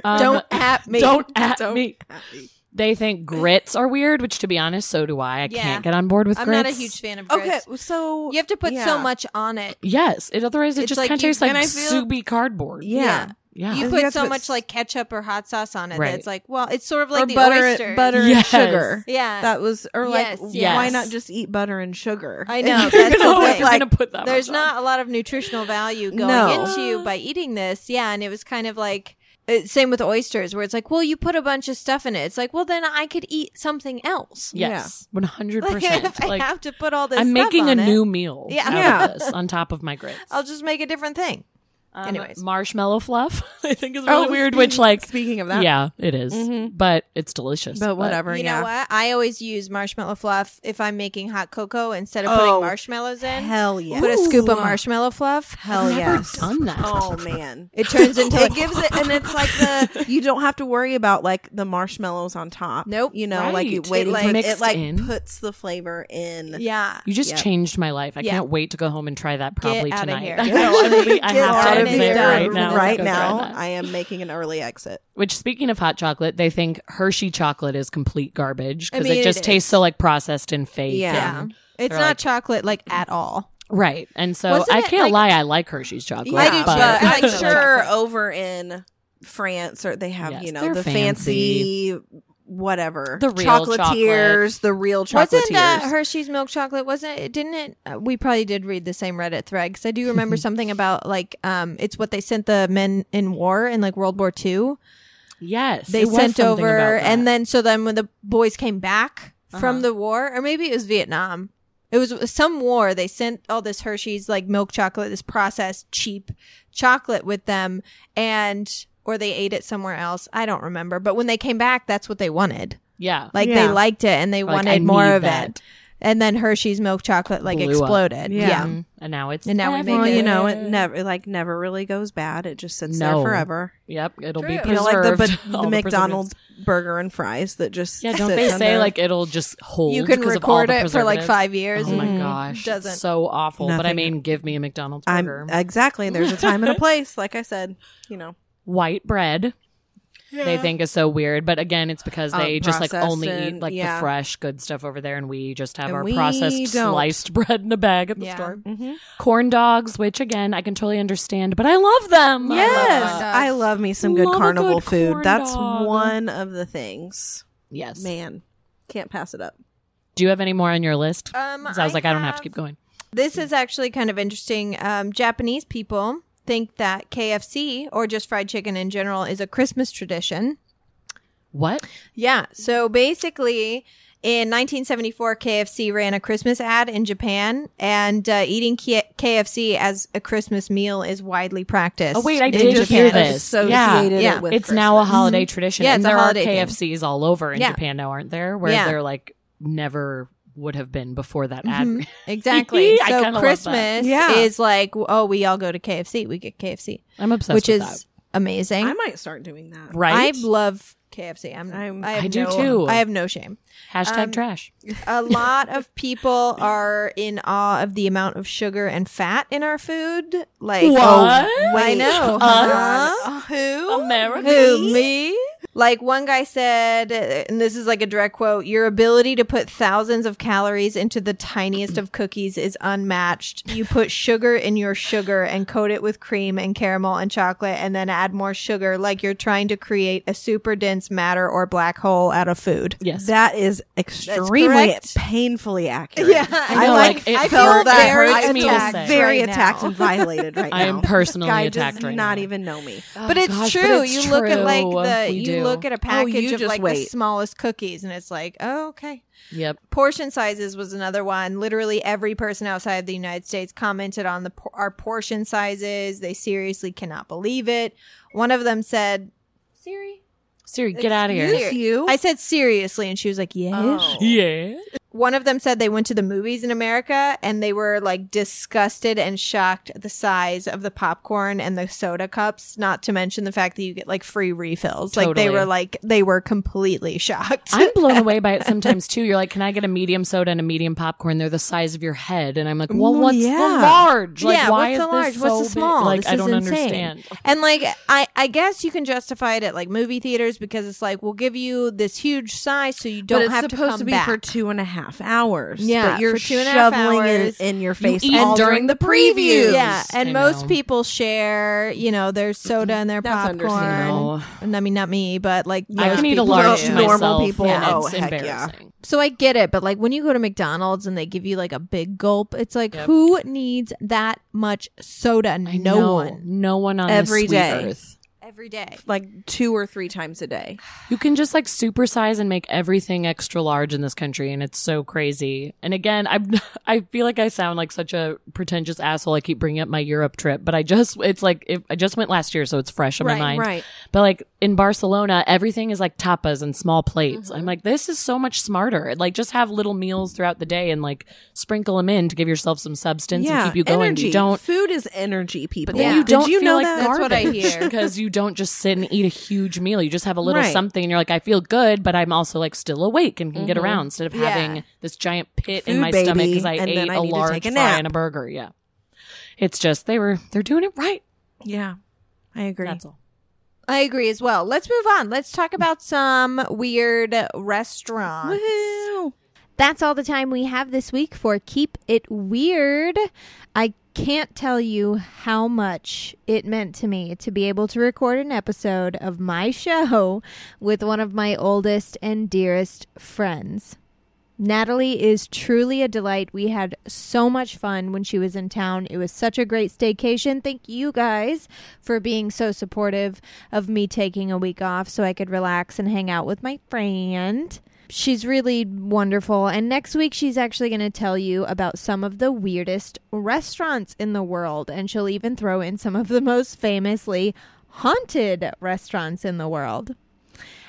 Speaker 7: Um,
Speaker 5: don't at me.
Speaker 7: Don't at
Speaker 8: Don't
Speaker 7: me.
Speaker 8: at me.
Speaker 7: They think grits are weird, which to be honest, so do I. I
Speaker 5: Yeah.
Speaker 7: can't get on board with
Speaker 5: I'm
Speaker 7: grits.
Speaker 5: not a huge fan of grits.
Speaker 8: Okay. So
Speaker 5: You have to put
Speaker 8: yeah.
Speaker 5: so much on it.
Speaker 7: Yes, it, otherwise it
Speaker 5: It's
Speaker 7: just
Speaker 5: like
Speaker 7: kind of
Speaker 5: you-
Speaker 7: tastes like
Speaker 5: and I feel-
Speaker 7: soupy cardboard.
Speaker 8: Yeah.
Speaker 7: Yeah.
Speaker 5: You
Speaker 8: You
Speaker 5: put
Speaker 8: have to
Speaker 5: so
Speaker 8: put
Speaker 5: much
Speaker 8: s-
Speaker 5: like ketchup or hot sauce on it.
Speaker 7: Right.
Speaker 5: That it's like, well, it's sort of
Speaker 8: or
Speaker 5: like the
Speaker 8: butter,
Speaker 5: oyster.
Speaker 8: butter
Speaker 7: Yes.
Speaker 8: and sugar.
Speaker 5: Yeah.
Speaker 8: That was or
Speaker 5: Yes,
Speaker 8: like why
Speaker 7: yes.
Speaker 8: not just eat butter and sugar?
Speaker 5: I know.
Speaker 7: You're
Speaker 5: That's the
Speaker 7: gonna- if
Speaker 5: thing.
Speaker 7: you're
Speaker 8: like,
Speaker 7: gonna put that
Speaker 5: There's
Speaker 7: much on.
Speaker 5: not a lot of nutritional value going
Speaker 8: No.
Speaker 5: into by eating this. Yeah. And it was kind of like, uh, same with oysters, where it's like, well, you put a bunch of stuff in it. It's like, well, then I could eat something else.
Speaker 7: Yes, one hundred
Speaker 5: Like,
Speaker 7: percent.
Speaker 5: if I
Speaker 7: Like
Speaker 5: have to put all this
Speaker 7: I'm
Speaker 5: stuff
Speaker 7: making a
Speaker 5: on it,
Speaker 7: new meal.
Speaker 5: Yeah.
Speaker 7: out of
Speaker 8: Yeah.
Speaker 7: this on top of my grits.
Speaker 5: I'll just make a different thing.
Speaker 7: Um,
Speaker 5: anyways.
Speaker 7: marshmallow fluff. I think is really
Speaker 8: Oh,
Speaker 7: weird.
Speaker 8: speaking-
Speaker 7: Which like,
Speaker 8: speaking of that,
Speaker 7: yeah, it is.
Speaker 5: Mm-hmm.
Speaker 8: Mhm.
Speaker 7: but it's delicious.
Speaker 8: But whatever.
Speaker 5: You
Speaker 8: yeah.
Speaker 5: know what? I always use marshmallow fluff if I'm making hot cocoa instead of
Speaker 8: Oh,
Speaker 5: putting marshmallows in.
Speaker 8: Hell yeah.
Speaker 5: Put a scoop of
Speaker 7: Ooh.
Speaker 5: marshmallow fluff.
Speaker 8: Hell
Speaker 7: I've never
Speaker 8: yes.
Speaker 7: done that.
Speaker 8: Oh man.
Speaker 5: It turns into
Speaker 8: it
Speaker 5: like,
Speaker 8: gives it and it's like the you don't have to worry about like the marshmallows on top.
Speaker 5: Nope.
Speaker 8: You know, like you
Speaker 7: Right.
Speaker 5: It,
Speaker 8: wait it
Speaker 5: like,
Speaker 8: like, it
Speaker 7: mixed
Speaker 8: like
Speaker 7: in.
Speaker 8: puts the flavor in.
Speaker 5: yeah.
Speaker 7: You just
Speaker 8: Yep.
Speaker 7: changed my life. I
Speaker 5: Yeah.
Speaker 7: can't wait to go home and try that probably
Speaker 5: outta
Speaker 7: tonight.
Speaker 5: here.
Speaker 7: I know, I'm really- I
Speaker 8: Get
Speaker 7: have
Speaker 8: out
Speaker 7: to
Speaker 8: of
Speaker 7: admit
Speaker 5: here.
Speaker 7: it right now.
Speaker 8: Um, Right
Speaker 7: Go try
Speaker 8: now,
Speaker 7: that.
Speaker 8: I am making an early exit.
Speaker 7: Which, speaking of hot chocolate, they think Hershey chocolate is complete garbage
Speaker 5: I
Speaker 7: because
Speaker 5: mean,
Speaker 7: it
Speaker 5: it
Speaker 7: just
Speaker 5: is.
Speaker 7: tastes so like processed and fake.
Speaker 8: Yeah.
Speaker 7: and-
Speaker 5: It's
Speaker 7: They're
Speaker 5: not
Speaker 7: like-
Speaker 5: chocolate like at all.
Speaker 7: right. And so
Speaker 5: Wasn't
Speaker 7: I
Speaker 5: it
Speaker 7: can't
Speaker 5: like-
Speaker 7: lie, I like Hershey's chocolate.
Speaker 5: I do too.
Speaker 7: but
Speaker 5: I like
Speaker 8: but I'm
Speaker 5: chocolate.
Speaker 8: sure over in France or they have
Speaker 7: Yes,
Speaker 8: you know
Speaker 7: they're
Speaker 8: the fancy. whatever
Speaker 7: The real
Speaker 8: chocolatiers, the real chocolatiers.
Speaker 5: Wasn't uh, Hershey's milk chocolate? Wasn't it? Didn't it? Uh, we probably did read the same Reddit thread because I do remember something about like um, it's what they sent the men in war in like World War II.
Speaker 7: yes,
Speaker 5: they
Speaker 7: it was
Speaker 5: sent
Speaker 7: something
Speaker 5: over
Speaker 7: about
Speaker 5: and
Speaker 7: that.
Speaker 5: then so then when the boys came back
Speaker 7: Uh-huh.
Speaker 5: from the war or maybe it was vietnam it was some war they sent all this hershey's like milk chocolate this processed cheap chocolate with them and or they ate it somewhere else i don't remember but when they came back that's what they wanted
Speaker 7: yeah,
Speaker 5: like they
Speaker 8: Yeah.
Speaker 5: liked it and they
Speaker 7: Like, I
Speaker 5: wanted more
Speaker 7: need
Speaker 5: of
Speaker 7: that.
Speaker 5: it and then hershey's milk chocolate like
Speaker 7: Blew up.
Speaker 5: exploded
Speaker 8: Yeah.
Speaker 5: yeah,
Speaker 7: Mhm. and now it's
Speaker 5: And now we make
Speaker 8: well,
Speaker 5: it.
Speaker 8: you know, it never it, like never really goes bad. It just sits
Speaker 7: No.
Speaker 8: there forever.
Speaker 7: Yep, it'll be
Speaker 8: You know, like
Speaker 7: preserved.
Speaker 8: the, but
Speaker 7: all
Speaker 8: the McDonald's burger and fries that just
Speaker 7: preservatives. Yeah, don't
Speaker 8: sits
Speaker 7: they say
Speaker 8: under-
Speaker 7: like it'll just hold?
Speaker 5: you can
Speaker 7: 'cause of all
Speaker 5: record
Speaker 7: the
Speaker 5: it for like
Speaker 7: preservatives?
Speaker 5: five years
Speaker 7: Oh my
Speaker 5: and
Speaker 7: gosh,
Speaker 5: doesn't-
Speaker 7: doesn't so awful. But I
Speaker 8: Nothing.
Speaker 7: mean, give me a McDonald's
Speaker 8: I'm
Speaker 7: burger.
Speaker 8: exactly. There's a time and a place. Like I said, you know,
Speaker 7: White bread. They think is so weird, but again, it's because they
Speaker 5: Uh,
Speaker 7: just like
Speaker 8: Unprocessed
Speaker 7: only eat
Speaker 8: and-
Speaker 7: like
Speaker 8: yeah.
Speaker 7: the fresh good stuff over there, and we just have
Speaker 8: And
Speaker 7: our
Speaker 8: we
Speaker 7: processed
Speaker 8: don't.
Speaker 7: sliced bread in a bag at the
Speaker 5: Yeah.
Speaker 7: store.
Speaker 8: Mhm.
Speaker 7: Corn dogs, which again I can totally understand, but I love them. I love
Speaker 8: yes,
Speaker 7: them.
Speaker 8: I love me some good
Speaker 7: Love a
Speaker 8: carnival
Speaker 7: good
Speaker 8: food.
Speaker 7: corn
Speaker 8: That's
Speaker 7: dog.
Speaker 8: one of the things.
Speaker 7: yes.
Speaker 8: Man, can't pass it up.
Speaker 7: Do you have any more on your list?
Speaker 5: Um,
Speaker 7: 'Cause I was
Speaker 5: I
Speaker 7: like, I don't have
Speaker 5: have-
Speaker 7: to keep going.
Speaker 5: This is actually kind of interesting. Um, Japanese people think that KFC or just fried chicken in general is a Christmas tradition.
Speaker 7: What?
Speaker 5: Yeah. So basically, in 1974, KFC ran a Christmas ad in Japan, and uh, eating K- KFC as a Christmas meal is widely practiced.
Speaker 7: Oh, wait, I
Speaker 5: in
Speaker 7: did
Speaker 5: Japan.
Speaker 7: hear this. Yeah.
Speaker 8: associated
Speaker 5: Yeah.
Speaker 8: it with
Speaker 7: it's now a
Speaker 8: Christmas.
Speaker 7: holiday tradition.
Speaker 5: Mm-hmm. Yeah,
Speaker 7: and
Speaker 5: it's a
Speaker 7: there
Speaker 5: holiday
Speaker 7: are
Speaker 5: thing.
Speaker 7: KFCs all over in
Speaker 5: Yeah.
Speaker 7: Japan now, aren't there? Where
Speaker 5: Yeah.
Speaker 7: they're like never would have been before that
Speaker 5: Mhm.
Speaker 7: ad.
Speaker 5: Exactly.
Speaker 7: I kinda
Speaker 5: so
Speaker 7: love that.
Speaker 5: Christmas
Speaker 8: Yeah.
Speaker 5: is like, oh, we all go to KFC. We get KFC,
Speaker 7: I'm obsessed
Speaker 5: which
Speaker 7: with
Speaker 5: is
Speaker 7: that.
Speaker 5: amazing.
Speaker 8: I might start doing that.
Speaker 7: Right?
Speaker 5: I love KFC. I'm,
Speaker 8: I'm-
Speaker 5: I, have
Speaker 7: I do
Speaker 5: no-
Speaker 7: too.
Speaker 5: I have no shame.
Speaker 7: Hashtag
Speaker 5: um,
Speaker 7: trash.
Speaker 5: A lot of people are in awe of the amount of sugar and fat in our food. Like, oh,
Speaker 7: What?
Speaker 5: I know.
Speaker 7: Us?
Speaker 5: Huh? Who?
Speaker 7: America?
Speaker 5: Who? Me? Like one guy said, and this is like a direct quote your ability to put thousands of calories into the tiniest of cookies is unmatched. You put sugar in your sugar and coat it with cream and caramel and chocolate and then add more sugar like you're trying to create a super dense matter or black hole out of food.
Speaker 7: Yes.
Speaker 8: That is extremely
Speaker 5: correct.
Speaker 8: painfully accurate.
Speaker 5: Yeah,
Speaker 8: I,
Speaker 7: know,
Speaker 8: like,
Speaker 7: like, it
Speaker 8: I
Speaker 7: hurts-
Speaker 8: feel
Speaker 7: it
Speaker 8: that
Speaker 7: hurts
Speaker 8: I
Speaker 7: me
Speaker 8: feel
Speaker 7: to say.
Speaker 8: very
Speaker 5: right now.
Speaker 8: attacked and violated right now.
Speaker 7: I am personally
Speaker 8: Guy
Speaker 7: attacked
Speaker 8: does
Speaker 7: right
Speaker 8: not
Speaker 7: now.
Speaker 8: even know me.
Speaker 5: but it's
Speaker 7: Oh, gosh, but
Speaker 5: true.
Speaker 7: it's
Speaker 5: you look at like
Speaker 7: true.
Speaker 5: the
Speaker 7: We
Speaker 5: you
Speaker 7: do. Oh,
Speaker 5: look at a package
Speaker 8: you
Speaker 5: of
Speaker 8: just
Speaker 5: like the
Speaker 8: wait.
Speaker 5: smallest cookies, and it's like, oh, okay.
Speaker 7: Yep.
Speaker 5: Portion sizes was another one. Literally every person outside the United States commented on the por- our portion sizes. They seriously cannot believe it. One of them said, "Siri,
Speaker 7: Siri, get out of here.
Speaker 5: Excuse
Speaker 8: you?
Speaker 5: I said seriously, and she was like, "Yes."
Speaker 7: Oh. Yeah.
Speaker 5: One of them said they went to the movies in America and they were like disgusted and shocked at the size of the popcorn and the soda cups, not to mention the fact that you get like free refills. Like they
Speaker 7: Totally.
Speaker 5: were like they were completely shocked.
Speaker 7: I'm blown away by it sometimes too. You're like, can I get a medium soda and a medium popcorn? They're the size of your head, and I'm like, well,
Speaker 8: Mm,
Speaker 7: what's
Speaker 8: yeah.
Speaker 7: the large? Like,
Speaker 5: yeah,
Speaker 7: why
Speaker 5: what's the
Speaker 7: is
Speaker 5: large?
Speaker 7: this
Speaker 5: what's
Speaker 7: so
Speaker 5: the
Speaker 7: big?
Speaker 5: small?
Speaker 7: Like,
Speaker 5: This
Speaker 7: I don't
Speaker 5: is insane.
Speaker 7: understand.
Speaker 5: And like, I I guess you can justify it at like movie theaters because it's like we'll give you this huge size so you don't
Speaker 8: but it's
Speaker 5: have
Speaker 8: supposed
Speaker 5: to, come
Speaker 8: to, be
Speaker 5: back.
Speaker 8: for two and a half hours.
Speaker 5: Yeah,
Speaker 8: but you're
Speaker 5: for two and a half
Speaker 8: shoveling
Speaker 5: hours.
Speaker 8: it in your face
Speaker 7: eat
Speaker 8: all
Speaker 7: during the previews.
Speaker 5: Yeah, and
Speaker 7: I
Speaker 5: most
Speaker 7: know.
Speaker 5: people share, you know, their soda and their
Speaker 8: That's
Speaker 5: popcorn.
Speaker 7: No.
Speaker 5: And I mean, not me, but like
Speaker 7: I
Speaker 5: most
Speaker 7: can eat a
Speaker 5: people
Speaker 7: large
Speaker 5: do.
Speaker 7: to
Speaker 8: Normal
Speaker 7: myself,
Speaker 8: people.
Speaker 7: and
Speaker 8: Oh,
Speaker 7: it's
Speaker 8: heck yeah.
Speaker 7: embarrassing.
Speaker 5: So I get it, but like when you go to McDonald's and they give you like a big gulp, it's like who needs that much soda?
Speaker 7: I
Speaker 5: No
Speaker 7: know.
Speaker 5: one
Speaker 7: no one on this
Speaker 8: Every
Speaker 7: sweet
Speaker 8: day.
Speaker 7: earth.
Speaker 5: every day.
Speaker 8: like two or three times a day.
Speaker 7: You can just like supersize and make everything extra large in this country, and it's so crazy. And again, I am I feel like I sound like such a pretentious asshole. I keep bringing up my Europe trip, but I just it's like it, I just went last year, so it's fresh in my mind.
Speaker 8: right.
Speaker 7: But like in Barcelona, everything is like tapas and small
Speaker 8: Mm-hmm.
Speaker 7: plates. I'm like, this is so much smarter. Like just have little meals throughout the day and like sprinkle them in to give yourself some substance and keep you going.
Speaker 8: Energy.
Speaker 7: You don't.
Speaker 8: Food is energy, people.
Speaker 7: But then you
Speaker 8: Did
Speaker 7: don't
Speaker 8: you
Speaker 7: feel
Speaker 8: know
Speaker 7: like
Speaker 8: that?
Speaker 5: That's what I hear.
Speaker 7: because you don't just sit and eat a huge meal. You just have a little
Speaker 8: Right.
Speaker 7: something, and you're like, I feel good, but I'm also like still awake and can get around instead of
Speaker 5: Yeah.
Speaker 7: having this giant pit in
Speaker 8: Food
Speaker 7: my stomach
Speaker 8: baby,
Speaker 7: because I
Speaker 8: and
Speaker 7: ate
Speaker 8: then I
Speaker 7: a
Speaker 8: need to
Speaker 7: large
Speaker 8: take a
Speaker 7: fry
Speaker 8: nap.
Speaker 7: and a burger. Yeah, it's just they were they're doing it right.
Speaker 8: Yeah, I agree.
Speaker 7: That's all.
Speaker 5: I agree as well. Let's move on. Let's talk about some weird restaurants.
Speaker 8: Woohoo.
Speaker 4: That's all the time we have this week for Keep It Weird. I can't tell you how much it meant to me to be able to record an episode of my show with one of my oldest and dearest friends. Natalie is truly a delight. We had so much fun when she was in town. It was such a great staycation. Thank you guys for being so supportive of me taking a week off so I could relax and hang out with my friend. She's really wonderful. And next week, she's actually going to tell you about some of the weirdest restaurants in the world. And she'll even throw in some of the most famously haunted restaurants in the world.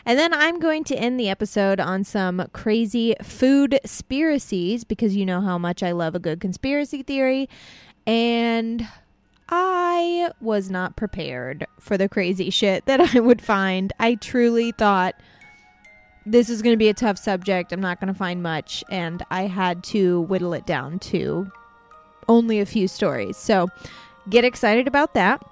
Speaker 4: And then I'm going to end the episode on some crazy food conspiracies because you know how much I love a good conspiracy theory. And I was not prepared for the crazy shit that I would find. I truly thought this is going to be a tough subject. I'm not going to find much. And I had to whittle it down to only a few stories. So get excited about that.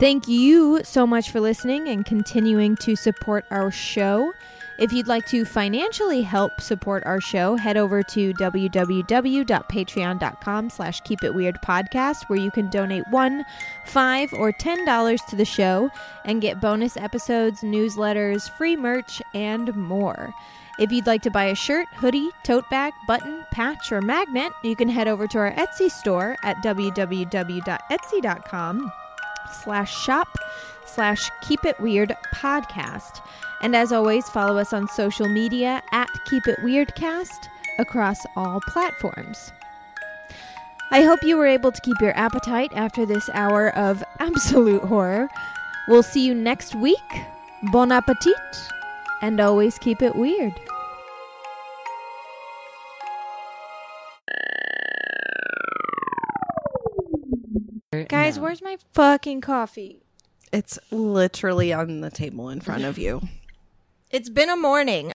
Speaker 4: Thank you so much for listening and continuing to support our show. If you'd like to financially help support our show, head over to www.patreon.com slash keepitweirdpodcast where you can donate one, five, or ten dollars to the show and get bonus episodes, newsletters, free merch, and more. If you'd like to buy a shirt, hoodie, tote bag, button, patch, or magnet, you can head over to our Etsy store at www.etsy.com slash shop slash keep it weird podcast and as always follow us on social media at keep it weirdcast across all platforms i hope you were able to keep your appetite after this hour of absolute horror we'll see you next week bon appetit and always keep it weird
Speaker 5: Guys,
Speaker 7: No.
Speaker 5: where's my fucking coffee?
Speaker 8: It's literally on the table in front of you.
Speaker 5: It's been a morning.